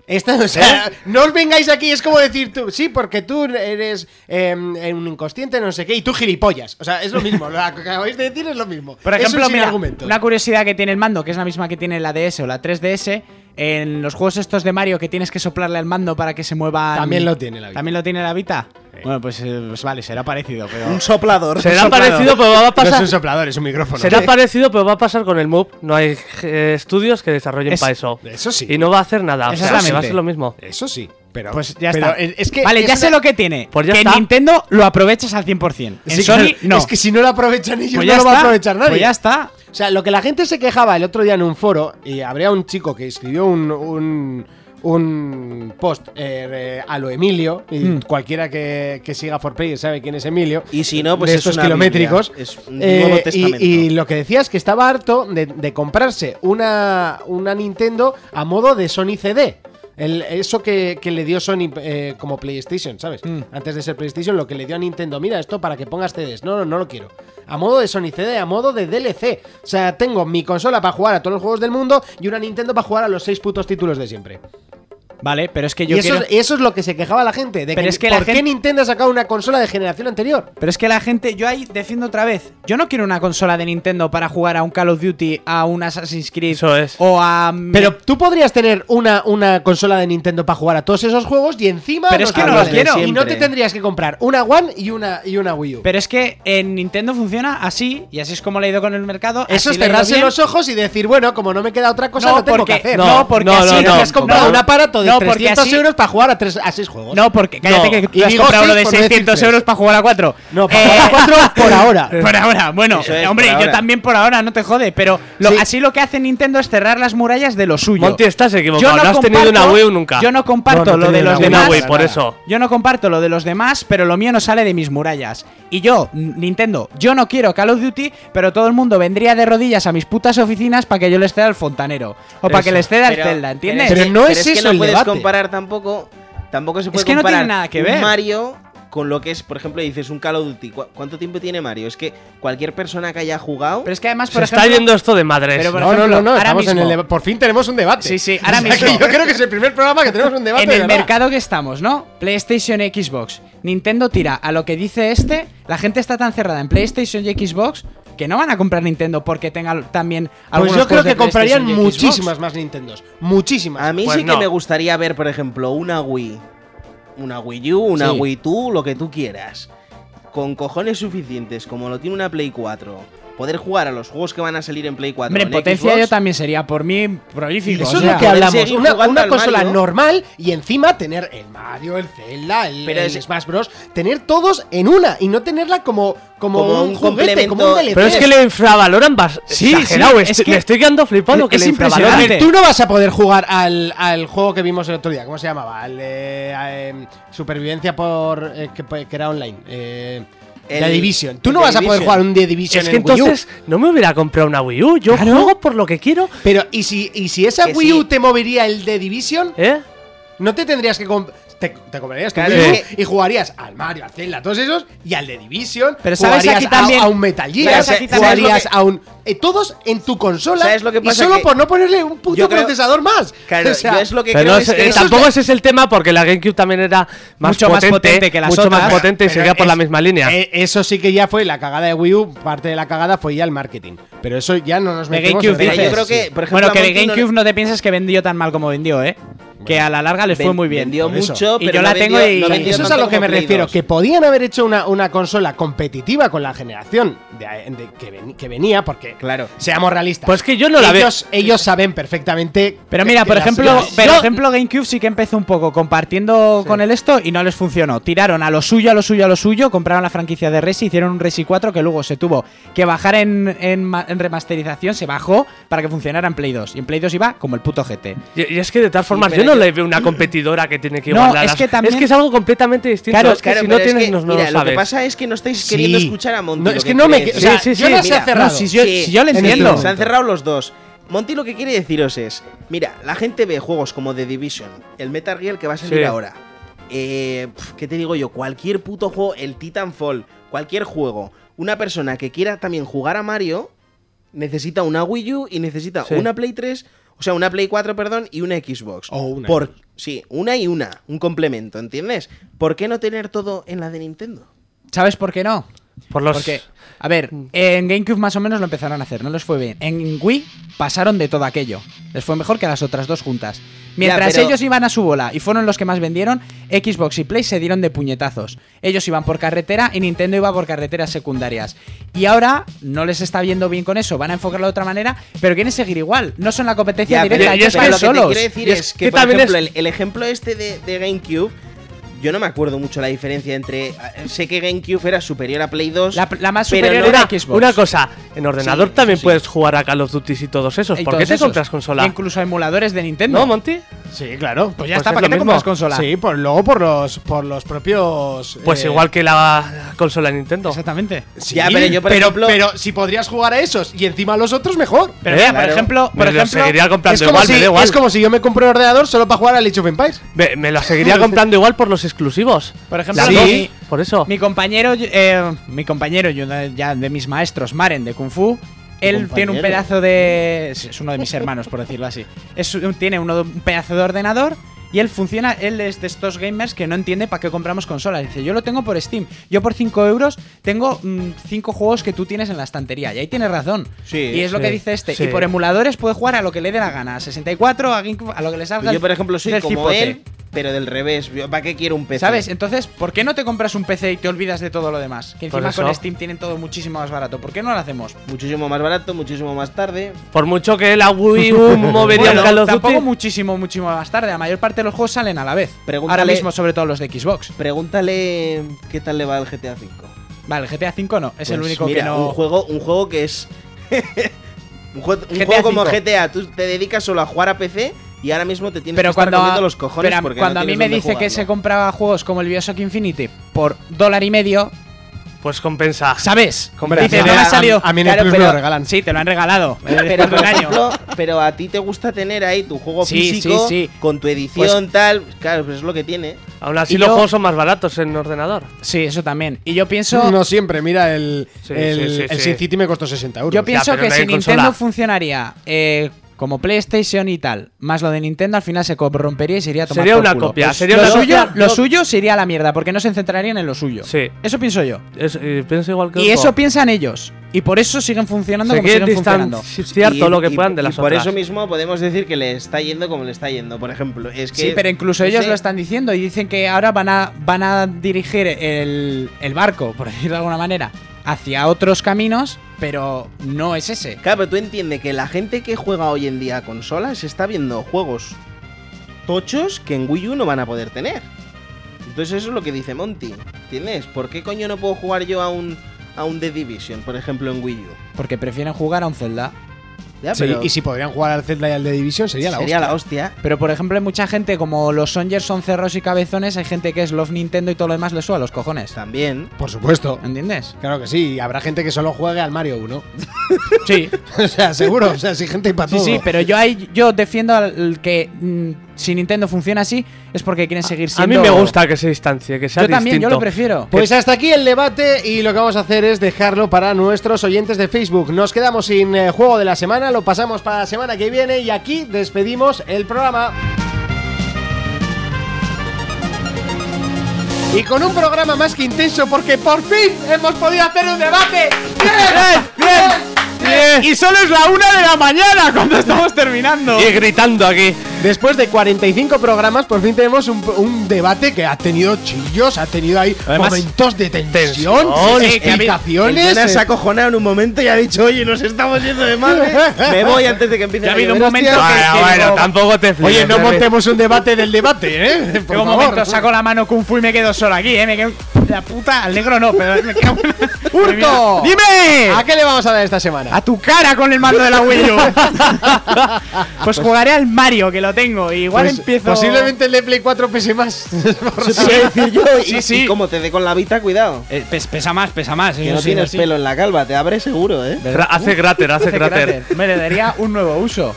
Speaker 2: Esta, o sea, no os vengáis aquí, es como decir tú, sí, porque tú eres eh, un inconsciente, no sé qué, y tú gilipollas. O sea, es lo mismo, lo que acabáis de decir es lo mismo.
Speaker 5: Por
Speaker 2: es
Speaker 5: ejemplo,
Speaker 2: un
Speaker 5: mira,
Speaker 2: argumento.
Speaker 5: una curiosidad que tiene el mando, que es la misma que tiene la DS o la 3DS, en los juegos estos de Mario que tienes que soplarle al mando para que se mueva.
Speaker 2: También lo tiene la Vita.
Speaker 5: También lo tiene la Vita. Bueno, pues, eh, pues vale, será parecido, pero.
Speaker 6: Un soplador.
Speaker 7: Será parecido, pero va a
Speaker 2: No es
Speaker 7: pasar.
Speaker 2: un soplador, es un micrófono.
Speaker 7: Será parecido, pero va a pasar con el MOOC. No hay eh, estudios que desarrollen
Speaker 5: Es-
Speaker 7: para eso.
Speaker 2: eso Eh, sí.
Speaker 7: Y no va a hacer nada. O sea,
Speaker 5: Exactamente.
Speaker 7: que va a ser lo mismo.
Speaker 2: Eso sí, pero.
Speaker 5: Pues ya
Speaker 2: pero
Speaker 5: está.
Speaker 2: Es es que
Speaker 5: vale,
Speaker 2: es
Speaker 5: ya sé
Speaker 2: una-
Speaker 5: lo que tiene.
Speaker 7: Pues ya
Speaker 5: que en
Speaker 7: está.
Speaker 5: Nintendo lo aprovechas al 100%. En
Speaker 2: Sí, claro,
Speaker 5: Sony, no.
Speaker 2: Es que si no lo aprovechan ellos,
Speaker 5: Pues
Speaker 2: no
Speaker 5: ya
Speaker 2: lo va a
Speaker 5: está.
Speaker 2: aprovechar nadie.
Speaker 5: Pues ya está.
Speaker 2: O sea, lo que la gente se quejaba el otro día en un foro, y habría un chico que escribió un, un, un post eh, eh, a lo Emilio, y
Speaker 5: Mm.
Speaker 2: cualquiera que, que siga For Player sabe quién es Emilio.
Speaker 6: Y si no, pues
Speaker 2: de
Speaker 6: es
Speaker 2: estos
Speaker 6: una
Speaker 2: kilométricos. eh,
Speaker 6: Biblia, es un Nuevo
Speaker 2: y-
Speaker 6: Testamento.
Speaker 2: y, lo que decía es que estaba harto de, de comprarse una, una Nintendo a modo de Sony CD. El- eso que, que le dio Sony eh, como PlayStation, ¿sabes?
Speaker 5: Mm.
Speaker 2: Antes de ser PlayStation, lo que le dio a Nintendo, mira esto para que pongas CDs. No, no, no lo quiero. A modo de Sony CD, a modo de DLC. O sea, tengo mi consola para jugar a todos los juegos del mundo y una Nintendo para jugar a los seis putos títulos de siempre.
Speaker 5: Vale, pero es que yo
Speaker 2: Y eso,
Speaker 5: quiero-
Speaker 2: es- eso es lo que se quejaba la gente. De
Speaker 5: Pero
Speaker 2: que,
Speaker 5: es que la
Speaker 2: ¿Por qué
Speaker 5: gente-
Speaker 2: Nintendo ha sacado una consola de generación anterior?
Speaker 5: Pero es que la gente, yo ahí defiendo otra vez. Yo no quiero una consola de Nintendo para jugar a un Call of Duty, a un Assassin's Creed
Speaker 7: Eso es.
Speaker 5: o a.
Speaker 2: Pero tú podrías tener una, una consola de Nintendo para jugar a todos esos juegos y encima.
Speaker 5: Pero es que no
Speaker 2: hablas
Speaker 5: los
Speaker 2: de-
Speaker 5: quiero.
Speaker 2: Y no te
Speaker 6: Siempre.
Speaker 2: tendrías que comprar una One y una, y una Wii U.
Speaker 5: Pero es que en Nintendo funciona así, y así es como le ha ido con el mercado.
Speaker 2: Eso
Speaker 5: así
Speaker 2: es
Speaker 5: le ha ido
Speaker 2: cerrarse
Speaker 5: bien.
Speaker 2: los ojos y decir, bueno, como no me queda otra cosa,
Speaker 5: No,
Speaker 2: no tengo
Speaker 5: porque-
Speaker 2: que hacer.
Speaker 7: no, No, porque no, así no,
Speaker 2: te
Speaker 7: no,
Speaker 2: has comprado
Speaker 7: no.
Speaker 2: un aparato de
Speaker 5: No, porque
Speaker 2: 300
Speaker 5: así-
Speaker 2: euros para jugar a, tres, a seis juegos.
Speaker 5: No, porque cállate
Speaker 7: No.
Speaker 5: que
Speaker 2: Y
Speaker 5: tú has
Speaker 2: digo
Speaker 5: comprado
Speaker 2: sí
Speaker 5: lo de
Speaker 2: por no decir
Speaker 5: 600
Speaker 2: tres.
Speaker 5: euros para jugar a 4.
Speaker 2: No, para jugar a cuatro por ahora.
Speaker 5: Por ahora, bueno,
Speaker 6: Eso es,
Speaker 5: hombre,
Speaker 6: por
Speaker 5: yo
Speaker 6: ahora.
Speaker 5: también por ahora, no te jode, pero lo-
Speaker 2: Sí.
Speaker 5: así lo que hace Nintendo es cerrar las murallas de lo suyo.
Speaker 7: Monty, estás equivocado,
Speaker 5: Yo
Speaker 7: no has tenido una Wii U nunca.
Speaker 5: Yo no
Speaker 2: No,
Speaker 5: comparto
Speaker 2: no he
Speaker 5: lo de
Speaker 2: tenido
Speaker 5: los
Speaker 2: una Wii,
Speaker 5: demás.
Speaker 7: Una Wii, por eso.
Speaker 5: Yo no comparto lo de los demás, pero lo mío no sale de mis murallas. Y yo, N- Nintendo, yo no quiero Call of Duty, pero todo el mundo vendría de rodillas a mis putas oficinas para que yo les ceda el fontanero. O para que
Speaker 7: Eso.
Speaker 5: les ceda el
Speaker 6: Pero-
Speaker 5: Zelda, ¿entiendes?
Speaker 2: pero no es
Speaker 6: es, que
Speaker 2: eso
Speaker 6: no
Speaker 2: el
Speaker 6: puedes
Speaker 2: debate.
Speaker 6: comparar tampoco. Tampoco se puede
Speaker 5: que no tiene
Speaker 6: comparar
Speaker 5: nada que
Speaker 6: un
Speaker 5: ver.
Speaker 6: Mario con lo que es, por ejemplo, dices un Call of Duty. ¿Cu- ¿Cuánto tiempo tiene Mario? Es que cualquier persona que haya jugado.
Speaker 5: Pero es que además,
Speaker 7: Se
Speaker 5: por
Speaker 7: está
Speaker 5: ejemplo-
Speaker 7: yendo esto de madres.
Speaker 5: Pero por
Speaker 2: No, no,
Speaker 5: ejemplo,
Speaker 2: no, no,
Speaker 5: ahora
Speaker 2: estamos en
Speaker 5: mismo-
Speaker 2: el deba- Por fin tenemos un debate.
Speaker 5: Sí, sí, ahora
Speaker 2: O sea, que
Speaker 5: mismo.
Speaker 2: Yo creo que es el primer programa que tenemos un debate.
Speaker 5: en
Speaker 2: de
Speaker 5: el
Speaker 2: verdad. Pues
Speaker 5: mercado que estamos, ¿no? PlayStation y Xbox. Nintendo tira a lo que dice este. La gente está tan cerrada en PlayStation y Xbox que no van a comprar Nintendo porque tenga también
Speaker 2: Pues
Speaker 5: algunos
Speaker 2: yo creo
Speaker 5: juegos de
Speaker 2: que comprarían
Speaker 5: PlayStation y Xbox.
Speaker 2: muchísimas más Nintendos. Muchísimas.
Speaker 6: A mí
Speaker 7: Pues
Speaker 6: sí
Speaker 7: no.
Speaker 6: que me gustaría ver, por ejemplo, una Wii. Una Wii U, una
Speaker 5: Sí.
Speaker 6: Wii U, lo que tú quieras. Con cojones suficientes, como lo tiene una Play 4. Poder jugar a los juegos que van a salir en Play 4.
Speaker 5: Hombre, en
Speaker 6: en
Speaker 5: potencia
Speaker 6: Xbox,
Speaker 5: yo también sería por mí prolífico.
Speaker 2: Eso
Speaker 5: o
Speaker 2: es lo
Speaker 5: sea.
Speaker 2: que hablamos.
Speaker 6: seguir
Speaker 2: Una,
Speaker 6: jugando
Speaker 2: una
Speaker 6: al
Speaker 2: consola
Speaker 6: Mario.
Speaker 2: normal y encima tener el Mario, el Zelda, el,
Speaker 6: Pero
Speaker 2: el
Speaker 6: es-
Speaker 2: Smash Bros. Tener todos en una y no tenerla como, como,
Speaker 6: Como
Speaker 2: un,
Speaker 6: un
Speaker 2: juguete,
Speaker 6: complemento.
Speaker 2: como un DLC.
Speaker 7: Pero es que le infravaloran bas
Speaker 5: Sí,
Speaker 7: exagerado,
Speaker 5: sí,
Speaker 7: est-
Speaker 5: es que-
Speaker 7: me estoy quedando flipado que
Speaker 5: es
Speaker 7: le infravaloran.
Speaker 5: impresionante.
Speaker 2: Tú no vas a poder jugar al, al juego que vimos el otro día. ¿Cómo se llamaba? Al, eh, a, em, supervivencia por eh, que, que era online. Eh,
Speaker 6: El-
Speaker 2: The Division. Tú
Speaker 6: el
Speaker 2: no
Speaker 6: The
Speaker 2: vas a poder
Speaker 6: Division.
Speaker 2: jugar un The Division
Speaker 7: Es
Speaker 2: en
Speaker 7: que
Speaker 2: Wii U.
Speaker 7: entonces no me hubiera comprado una Wii U. Yo
Speaker 2: Claro.
Speaker 7: juego por lo que quiero,
Speaker 2: Pero, ¿y si, y si esa
Speaker 6: Que
Speaker 2: Wii
Speaker 6: sí.
Speaker 2: U te movería el The Division?
Speaker 7: ¿eh?
Speaker 2: ¿No te tendrías que comp-
Speaker 9: te, te comprarías tu
Speaker 5: Claro,
Speaker 9: Wii U
Speaker 5: es
Speaker 9: y jugarías al Mario, al Zelda, a todos esos y al de Division.
Speaker 5: Pero sabes
Speaker 9: jugarías
Speaker 5: aquí
Speaker 9: a-
Speaker 5: también-
Speaker 9: a, un Metal Gear,
Speaker 5: ¿Sabes aquí también
Speaker 9: jugarías
Speaker 5: lo que-
Speaker 9: a un eh, todos en tu consola
Speaker 6: ¿Sabes lo que pasa?
Speaker 9: y solo
Speaker 6: Que
Speaker 9: por no ponerle un puto
Speaker 6: yo creo-
Speaker 9: procesador más.
Speaker 6: Claro,
Speaker 9: O sea,
Speaker 6: yo es lo que
Speaker 7: Pero
Speaker 6: creo
Speaker 7: no
Speaker 6: es
Speaker 7: es-
Speaker 6: que
Speaker 7: eh,
Speaker 6: eso es
Speaker 7: tampoco ese es el tema porque la GameCube también era más
Speaker 5: Mucho más
Speaker 7: potente,
Speaker 5: potente que las
Speaker 7: mucho más
Speaker 5: otras.
Speaker 7: potente y
Speaker 9: Pero
Speaker 7: seguía por
Speaker 9: es-
Speaker 7: la misma línea.
Speaker 9: eh, eso sí que ya fue la cagada de Wii U. Parte de la cagada fue ya el marketing. Pero eso ya no nos
Speaker 5: De
Speaker 9: metemos
Speaker 5: GameCube,
Speaker 9: en
Speaker 6: Pero yo
Speaker 5: dices.
Speaker 6: creo que,
Speaker 9: sí.
Speaker 6: por ejemplo,
Speaker 5: bueno, que
Speaker 6: a
Speaker 5: de
Speaker 6: Monty no
Speaker 5: GameCube no te pienses que vendió tan mal como vendió, ¿eh? que a la larga les
Speaker 6: le-
Speaker 5: fue muy bien.
Speaker 6: Vendió
Speaker 9: por eso.
Speaker 6: mucho,
Speaker 5: Y
Speaker 6: pero
Speaker 5: yo
Speaker 6: no
Speaker 5: la
Speaker 6: vendió-
Speaker 5: tengo y-
Speaker 6: no vendió
Speaker 9: Eso es a
Speaker 6: tanto
Speaker 9: lo que
Speaker 6: como
Speaker 9: me
Speaker 6: Play
Speaker 9: refiero,
Speaker 6: 2.
Speaker 9: que podían haber hecho una, una consola competitiva con la generación de- de- que, ven- que venía, porque
Speaker 6: Claro.
Speaker 9: seamos realistas.
Speaker 7: Pues que yo no la veo.
Speaker 9: ellos, ellos saben perfectamente.
Speaker 5: Pero
Speaker 9: que-
Speaker 5: mira,
Speaker 9: que
Speaker 5: por
Speaker 9: las-
Speaker 5: ejemplo,
Speaker 9: las-
Speaker 5: por ejemplo, GameCube sí que empezó un poco compartiendo con el esto y no les funcionó. Tiraron a lo suyo, a lo suyo, a lo suyo, compraron la franquicia de Resi, hicieron un Resi 4 que luego se tuvo que bajar en, en ma- en remasterización, se bajó para que funcionara en Play 2. Y en Play 2 iba como el puto GT.
Speaker 7: Y, y es que de todas formas,
Speaker 6: Sí,
Speaker 7: yo
Speaker 6: pero
Speaker 7: no
Speaker 6: yo-
Speaker 7: le veo una competidora que tiene que
Speaker 5: No,
Speaker 7: igualar.
Speaker 5: es
Speaker 7: las-
Speaker 5: que también-
Speaker 7: es que es algo completamente distinto.
Speaker 5: Claro,
Speaker 7: es que
Speaker 6: Claro,
Speaker 7: si no
Speaker 6: pero es
Speaker 7: tienes,
Speaker 6: que,
Speaker 7: no, no
Speaker 6: mira,
Speaker 7: lo
Speaker 6: Lo que
Speaker 7: sabes.
Speaker 6: pasa es que no estáis queriendo
Speaker 9: Sí.
Speaker 6: escuchar a Monty.
Speaker 9: No,
Speaker 6: lo
Speaker 9: es que no me.
Speaker 6: quiere
Speaker 9: que- O
Speaker 6: decir.
Speaker 9: sea,
Speaker 7: Sí, sí,
Speaker 9: yo
Speaker 7: sí,
Speaker 9: no sé
Speaker 7: mira.
Speaker 9: hacer cerrado.
Speaker 5: No, si yo,
Speaker 6: Sí,
Speaker 5: si yo le
Speaker 9: en este
Speaker 5: entiendo.
Speaker 6: Se han cerrado los dos. Monty lo que quiere deciros es, mira, la gente ve juegos como The Division, el Metal Gear que va a salir
Speaker 7: Sí.
Speaker 6: ahora. eh, pf, ¿Qué te digo yo? Cualquier puto juego, el Titanfall, cualquier juego. Una persona que quiera también jugar a Mario necesita una Wii U y necesita
Speaker 7: Sí.
Speaker 6: una Play 3, o sea, una Play 4, perdón, y una Xbox.
Speaker 9: O una
Speaker 6: Por, sí, una y una, un complemento, ¿entiendes? ¿Por qué no tener todo en la de Nintendo?
Speaker 5: ¿Sabes por qué no?
Speaker 7: Por los-
Speaker 5: Porque, a ver, en GameCube más o menos lo empezaron a hacer, no les fue bien. En Wii pasaron de todo aquello. Les fue mejor que a las otras dos juntas. Mientras
Speaker 6: pero-
Speaker 5: ellos iban a su bola y fueron los que más vendieron, Xbox y Play se dieron de puñetazos. Ellos iban por carretera y Nintendo iba por carreteras secundarias. Y ahora no les está viendo bien con eso, van a enfocarlo de otra manera, pero quieren seguir igual. No son la competencia
Speaker 6: Ya, pero-
Speaker 5: directa,
Speaker 7: y
Speaker 5: ellos
Speaker 7: es que
Speaker 5: van
Speaker 6: lo que te
Speaker 5: solos.
Speaker 6: quiero decir
Speaker 7: Y
Speaker 6: es,
Speaker 7: es
Speaker 6: que,
Speaker 7: que
Speaker 6: por
Speaker 7: también
Speaker 6: ejemplo,
Speaker 7: es-
Speaker 6: el, el ejemplo este de, de GameCube, yo no me acuerdo mucho la diferencia entre. eh, Sé que GameCube era superior a Play 2.
Speaker 5: La- la más
Speaker 6: pero
Speaker 5: superior
Speaker 6: no
Speaker 5: era
Speaker 7: Una,
Speaker 5: Xbox.
Speaker 7: una cosa, en ordenador
Speaker 6: Sí,
Speaker 7: también
Speaker 6: sí.
Speaker 7: puedes jugar a Call of Duty y todos esos.
Speaker 5: Y
Speaker 7: ¿Por qué
Speaker 5: todos
Speaker 7: te
Speaker 5: esos.
Speaker 7: compras consola?
Speaker 5: Incluso emuladores de Nintendo.
Speaker 7: ¿No, Monty?
Speaker 9: Sí, claro.
Speaker 5: pues ya
Speaker 7: Pues
Speaker 5: está,
Speaker 7: es
Speaker 5: ¿para
Speaker 7: lo
Speaker 5: qué te
Speaker 7: mismo.
Speaker 5: compras consola?
Speaker 9: Sí, por, luego por los, por los propios.
Speaker 7: Pues
Speaker 9: eh,
Speaker 7: igual que la consola de Nintendo.
Speaker 5: Exactamente.
Speaker 9: sí,
Speaker 6: Ya, pero yo, por
Speaker 9: pero,
Speaker 6: ejemplo-
Speaker 9: pero si podrías jugar a esos y encima a los otros, mejor.
Speaker 5: Pero mira,
Speaker 6: Claro.
Speaker 5: por ejemplo, por
Speaker 7: ¿Eh? Me lo
Speaker 5: ejemplo,
Speaker 7: seguiría comprando
Speaker 9: Es como,
Speaker 7: igual,
Speaker 9: si,
Speaker 7: me da igual.
Speaker 9: es como si yo me compré un ordenador solo para jugar al Age of Empires.
Speaker 7: Me, me lo seguiría comprando igual por los exclusivos.
Speaker 5: Por ejemplo,
Speaker 7: Las
Speaker 5: sí.
Speaker 7: dos, por eso.
Speaker 5: Mi compañero, eh, mi compañero, yo de- ya de mis maestros, Maren de Kung Fu, él
Speaker 6: compañero?
Speaker 5: tiene un pedazo de. Es es uno de mis hermanos, por decirlo así. Es, un- tiene uno de- un pedazo de ordenador. Y él funciona, él es de estos gamers que no entiende para qué compramos consolas. Dice, yo lo tengo por Steam. Yo por 5 euros tengo 5 juegos que tú tienes en la estantería. Y ahí tienes razón.
Speaker 6: Sí,
Speaker 5: y es lo
Speaker 7: sí,
Speaker 5: que dice este.
Speaker 7: sí.
Speaker 5: Y por emuladores puede jugar a lo que le dé la gana. A 64, a, GameCube, a lo que le salga.
Speaker 6: Yo, por
Speaker 5: el-
Speaker 6: ejemplo, soy
Speaker 5: del
Speaker 6: como
Speaker 5: cipote.
Speaker 6: él, pero del revés. Yo, ¿Para qué quiero un PC?
Speaker 5: ¿Sabes? Entonces, ¿por qué no te compras un PC y te olvidas de todo lo demás? Que
Speaker 7: Por
Speaker 5: encima
Speaker 7: eso.
Speaker 5: con Steam tienen todo muchísimo más barato. ¿Por qué no lo hacemos?
Speaker 6: Muchísimo más barato, muchísimo más tarde.
Speaker 7: Por mucho que la Wii U movería
Speaker 5: Bueno,
Speaker 7: un Call of
Speaker 5: tampoco
Speaker 7: Duty.
Speaker 5: muchísimo, muchísimo más tarde. La mayor parte de los juegos salen a la vez.
Speaker 6: Pregúntale-
Speaker 5: Ahora mismo, sobre todo los de Xbox.
Speaker 6: Pregúntale qué tal le va el GTA V.
Speaker 5: Vale, el GTA V no. Es el
Speaker 6: Pues
Speaker 5: único
Speaker 6: mira,
Speaker 5: que no...
Speaker 6: Un juego, un juego que es. un jue- un
Speaker 5: GTA
Speaker 6: juego como
Speaker 5: V.
Speaker 6: GTA. Tú te dedicas solo a jugar a PC y ahora mismo te tienes que
Speaker 5: pero
Speaker 6: estar
Speaker 5: cuando,
Speaker 6: comiendo los cojones.
Speaker 5: pero a-
Speaker 6: porque no
Speaker 5: cuando a mí
Speaker 6: tienes
Speaker 5: me
Speaker 6: dónde
Speaker 5: dice que se
Speaker 6: jugarlo.
Speaker 5: compraba juegos como el Bioshock Infinity por dólar y medio,
Speaker 7: Pues compensa.
Speaker 5: ¿sabes?
Speaker 6: Hombre,
Speaker 5: Dice,
Speaker 6: a mí-
Speaker 5: no me
Speaker 6: a-
Speaker 5: ha salido.
Speaker 9: a mí en el Plus me lo regalan.
Speaker 5: Sí, te lo han regalado. eh,
Speaker 6: Pero,
Speaker 5: después de
Speaker 6: por
Speaker 5: un año.
Speaker 6: ejemplo, pero a ti te gusta tener ahí tu juego
Speaker 5: Sí,
Speaker 6: físico
Speaker 5: sí, sí.
Speaker 6: con tu edición tal. Claro, pues es lo que tiene.
Speaker 7: Aún así
Speaker 5: Y
Speaker 7: los
Speaker 5: yo-
Speaker 7: juegos son más baratos en ordenador.
Speaker 5: Sí, eso también. Y yo pienso...
Speaker 9: no siempre. Mira, el,
Speaker 7: Sí,
Speaker 9: el,
Speaker 7: sí, sí,
Speaker 9: el
Speaker 7: sí.
Speaker 9: Sin City me costó 60 euros.
Speaker 5: Yo pienso
Speaker 7: pero
Speaker 5: que
Speaker 7: no hay
Speaker 5: si
Speaker 7: en
Speaker 5: Nintendo
Speaker 7: consola.
Speaker 5: funcionaría eh, como PlayStation y tal, más lo de Nintendo, al final se corrompería y se iría a tomar
Speaker 7: Sería
Speaker 5: por
Speaker 7: una
Speaker 5: culo.
Speaker 7: copia,
Speaker 5: Pues
Speaker 7: sería
Speaker 5: lo
Speaker 7: una
Speaker 5: suyo,
Speaker 7: copia.
Speaker 5: Lo
Speaker 7: Yo-
Speaker 5: suyo se iría a la mierda, porque no se centrarían en lo suyo.
Speaker 7: Sí.
Speaker 5: Eso pienso yo.
Speaker 7: Es- y pienso igual que
Speaker 5: Y
Speaker 7: otro.
Speaker 5: eso piensan ellos. Y por eso siguen funcionando
Speaker 7: Se
Speaker 5: como
Speaker 7: quieren
Speaker 5: siguen funcionando.
Speaker 7: distanciar todo
Speaker 6: Y-
Speaker 7: lo que
Speaker 6: y-
Speaker 7: puedan de
Speaker 6: y
Speaker 7: las
Speaker 6: Por
Speaker 7: otras.
Speaker 6: eso mismo podemos decir que le está yendo como le está yendo, por ejemplo. Es que,
Speaker 5: Sí, pero incluso
Speaker 6: no
Speaker 5: ellos
Speaker 6: sé,
Speaker 5: lo están diciendo y dicen que ahora van a, van a dirigir el, el barco, por decirlo de alguna manera, hacia otros caminos, pero no es ese.
Speaker 6: Claro, pero tú entiendes que la gente que juega hoy en día a consolas está viendo juegos tochos que en Wii U no van a poder tener. Entonces eso es lo que dice Monty. ¿Entiendes? ¿Por qué coño no puedo jugar yo a un, a un The Division, por ejemplo, en Wii U?
Speaker 5: Porque prefieren jugar a un Zelda.
Speaker 6: Ya,
Speaker 9: Sí,
Speaker 6: pero
Speaker 9: y si podrían jugar al Zelda y al de Division sería la
Speaker 6: sería
Speaker 9: hostia.
Speaker 6: la hostia.
Speaker 5: Pero por ejemplo, hay mucha gente, como los Songers son cerros y cabezones, hay gente que es Love Nintendo y todo lo demás le suba los cojones.
Speaker 6: También.
Speaker 9: Por supuesto.
Speaker 5: ¿Entiendes?
Speaker 9: Claro que sí, y habrá gente que solo juegue al Mario 1.
Speaker 5: Sí,
Speaker 9: o sea, seguro, o sea, si gente para
Speaker 5: sí,
Speaker 9: todo.
Speaker 5: sí, pero yo ahí yo defiendo al al que mm, si Nintendo funciona así, es porque quieren seguir
Speaker 7: A
Speaker 5: siendo.
Speaker 7: mí me gusta que se distancie, que sea
Speaker 5: Yo también, yo
Speaker 7: distinto.
Speaker 5: lo prefiero.
Speaker 2: Pues hasta aquí el debate y lo que vamos a hacer es dejarlo para nuestros oyentes de Facebook. Nos quedamos sin eh, juego de la semana, lo pasamos para la semana que viene y aquí despedimos el programa. Y con un programa más que intenso porque por fin hemos podido hacer un debate. ¡Bien!
Speaker 5: Y solo es la una de la mañana cuando estamos terminando.
Speaker 7: Y gritando aquí.
Speaker 2: Después de 45 programas, por fin tenemos un, un debate que ha tenido chillos, ha tenido ahí
Speaker 5: Además,
Speaker 2: momentos de tensión,
Speaker 7: tensión,
Speaker 5: sí, que ha habido-
Speaker 2: explicaciones,
Speaker 6: El Jonas se
Speaker 2: eh,
Speaker 6: ha acojonado en un momento y ha dicho, oye, nos estamos yendo de madre. Me voy antes de que empiece
Speaker 5: Ya ha
Speaker 6: a
Speaker 5: habido un
Speaker 6: llover".
Speaker 5: momento
Speaker 6: Hostia,
Speaker 5: que-
Speaker 7: Bueno, bueno, tampoco te flipes.
Speaker 2: Oye, no
Speaker 7: Fermín.
Speaker 2: montemos un debate del debate, ¿eh? Por
Speaker 5: Llega un
Speaker 2: favor.
Speaker 5: momento, saco la mano Kung Fu y me quedo solo aquí, eh. Me quedo. La puta, al negro no, pero me quedo.
Speaker 2: ¡Hurto!
Speaker 5: ¡Dime!
Speaker 2: ¿A qué le vamos a dar esta semana?
Speaker 5: ¡A tu cara con el mando de la Wii U! pues jugaré al Mario, que lo tengo. y igual
Speaker 2: Pues
Speaker 5: empiezo.
Speaker 2: Posiblemente el de Play 4 pese más.
Speaker 6: Eso te iba a decir yo. Y-
Speaker 5: Sí, sí.
Speaker 6: y como te dé con la vita, cuidado.
Speaker 5: Eh, pes- pesa más, pesa más.
Speaker 6: Que
Speaker 5: eso
Speaker 6: no
Speaker 5: sí,
Speaker 6: tienes
Speaker 5: eso sí.
Speaker 6: pelo en la calva, te abre seguro, ¿eh?
Speaker 7: Gra- hace cráter, hace cráter.
Speaker 5: Me le daría un nuevo uso.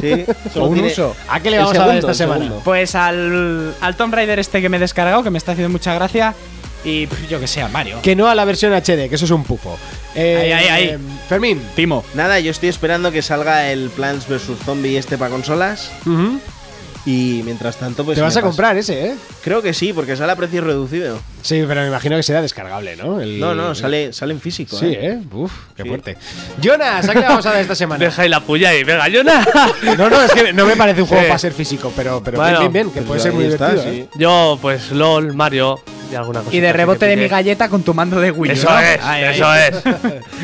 Speaker 6: Sí.
Speaker 5: O un uso.
Speaker 2: ¿A qué le
Speaker 6: El
Speaker 2: vamos a dar
Speaker 6: segundo,
Speaker 2: esta
Speaker 6: el
Speaker 2: semana?
Speaker 6: segundo.
Speaker 5: Pues al, al Tomb Raider este que me he descargado, que me está haciendo mucha gracia. Y pff, yo que sé, a Mario.
Speaker 2: Que no a la versión HD, que eso es un pufo. Eh,
Speaker 5: Ahí, ahí, ahí.
Speaker 2: eh, Fermín.
Speaker 5: Timo.
Speaker 6: Nada, yo estoy esperando que salga el Plants vs. Zombie este para consolas. Y mientras tanto, pues.
Speaker 2: Te vas
Speaker 6: me
Speaker 2: a
Speaker 6: paso.
Speaker 2: comprar ese, ¿eh?
Speaker 6: Creo que sí, porque sale a precio reducido.
Speaker 2: Sí, pero me imagino que será descargable, ¿no? El-
Speaker 6: No, no, sale, sale en físico.
Speaker 2: Sí,
Speaker 6: ¿eh?
Speaker 2: ¿eh? Uf, qué fuerte. Jonas, ¿a qué le vamos a dar esta semana?
Speaker 7: Deja ahí la puya y venga, Jonah.
Speaker 2: No, no, es que no me parece un juego
Speaker 7: Sí.
Speaker 2: para ser físico, pero, pero
Speaker 7: Bueno,
Speaker 2: bien, bien, bien, que
Speaker 6: Pues
Speaker 2: puede ser
Speaker 6: ahí
Speaker 2: muy
Speaker 6: está,
Speaker 2: divertido. ¿eh?
Speaker 6: sí.
Speaker 7: Yo, pues LOL, Mario y alguna cosa.
Speaker 5: Y de rebote de mi galleta con tu mando de Wii U,
Speaker 7: Eso
Speaker 5: ¿no?
Speaker 7: es,
Speaker 5: Ahí, ahí.
Speaker 7: eso es.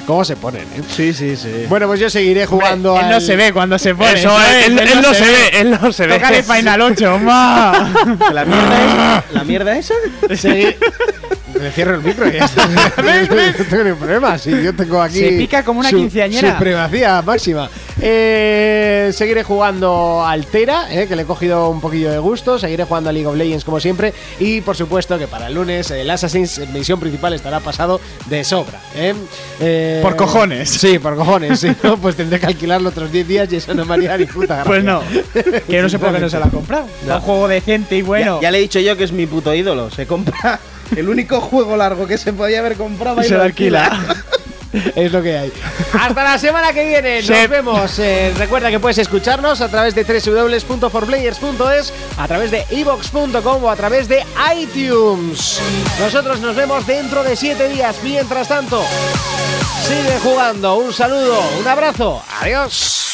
Speaker 2: ¿Cómo se ponen, eh?
Speaker 6: Sí, sí, sí.
Speaker 2: Bueno, pues yo seguiré jugando
Speaker 5: Él no
Speaker 2: al-
Speaker 5: se ve cuando se pone.
Speaker 7: Eso es, él, él no se ve, él no se ve.
Speaker 5: Tocar el Final 8, ma.
Speaker 6: La mierda esa. La mierda esa.
Speaker 2: Seguir- Le cierro el micro y ya está. No tengo ningún problema. Sí, yo tengo aquí.
Speaker 5: Se pica como una
Speaker 2: su-
Speaker 5: quinceañera.
Speaker 2: Supremacía máxima. Eh, seguiré jugando al Tera, eh, que le he cogido un poquillo de gusto. Seguiré jugando a League of Legends como siempre. Y por supuesto que para el lunes el Assassin's eh, misión principal estará pasado de sobra. eh. Eh,
Speaker 5: Por cojones.
Speaker 2: Sí, por cojones. Si no, pues tendré que alquilarlo otros 10 días y eso no me haría ni puta gracia.
Speaker 5: Pues no. Que no sé por qué no se la ha comprado. Un juego decente y bueno.
Speaker 6: Ya, ya le he dicho yo que es mi puto ídolo. Se compra el único juego largo que se podía haber comprado y,
Speaker 5: se
Speaker 6: lo
Speaker 5: lo alquila.
Speaker 2: Es lo que hay. Hasta la semana que viene. Nos
Speaker 5: Sí.
Speaker 2: vemos. Eh, recuerda que puedes escucharnos a través de www.forplayers.es, a través de evox.com o a través de iTunes. Nosotros nos vemos dentro de siete días. Mientras tanto, sigue jugando. Un saludo, un abrazo. Adiós.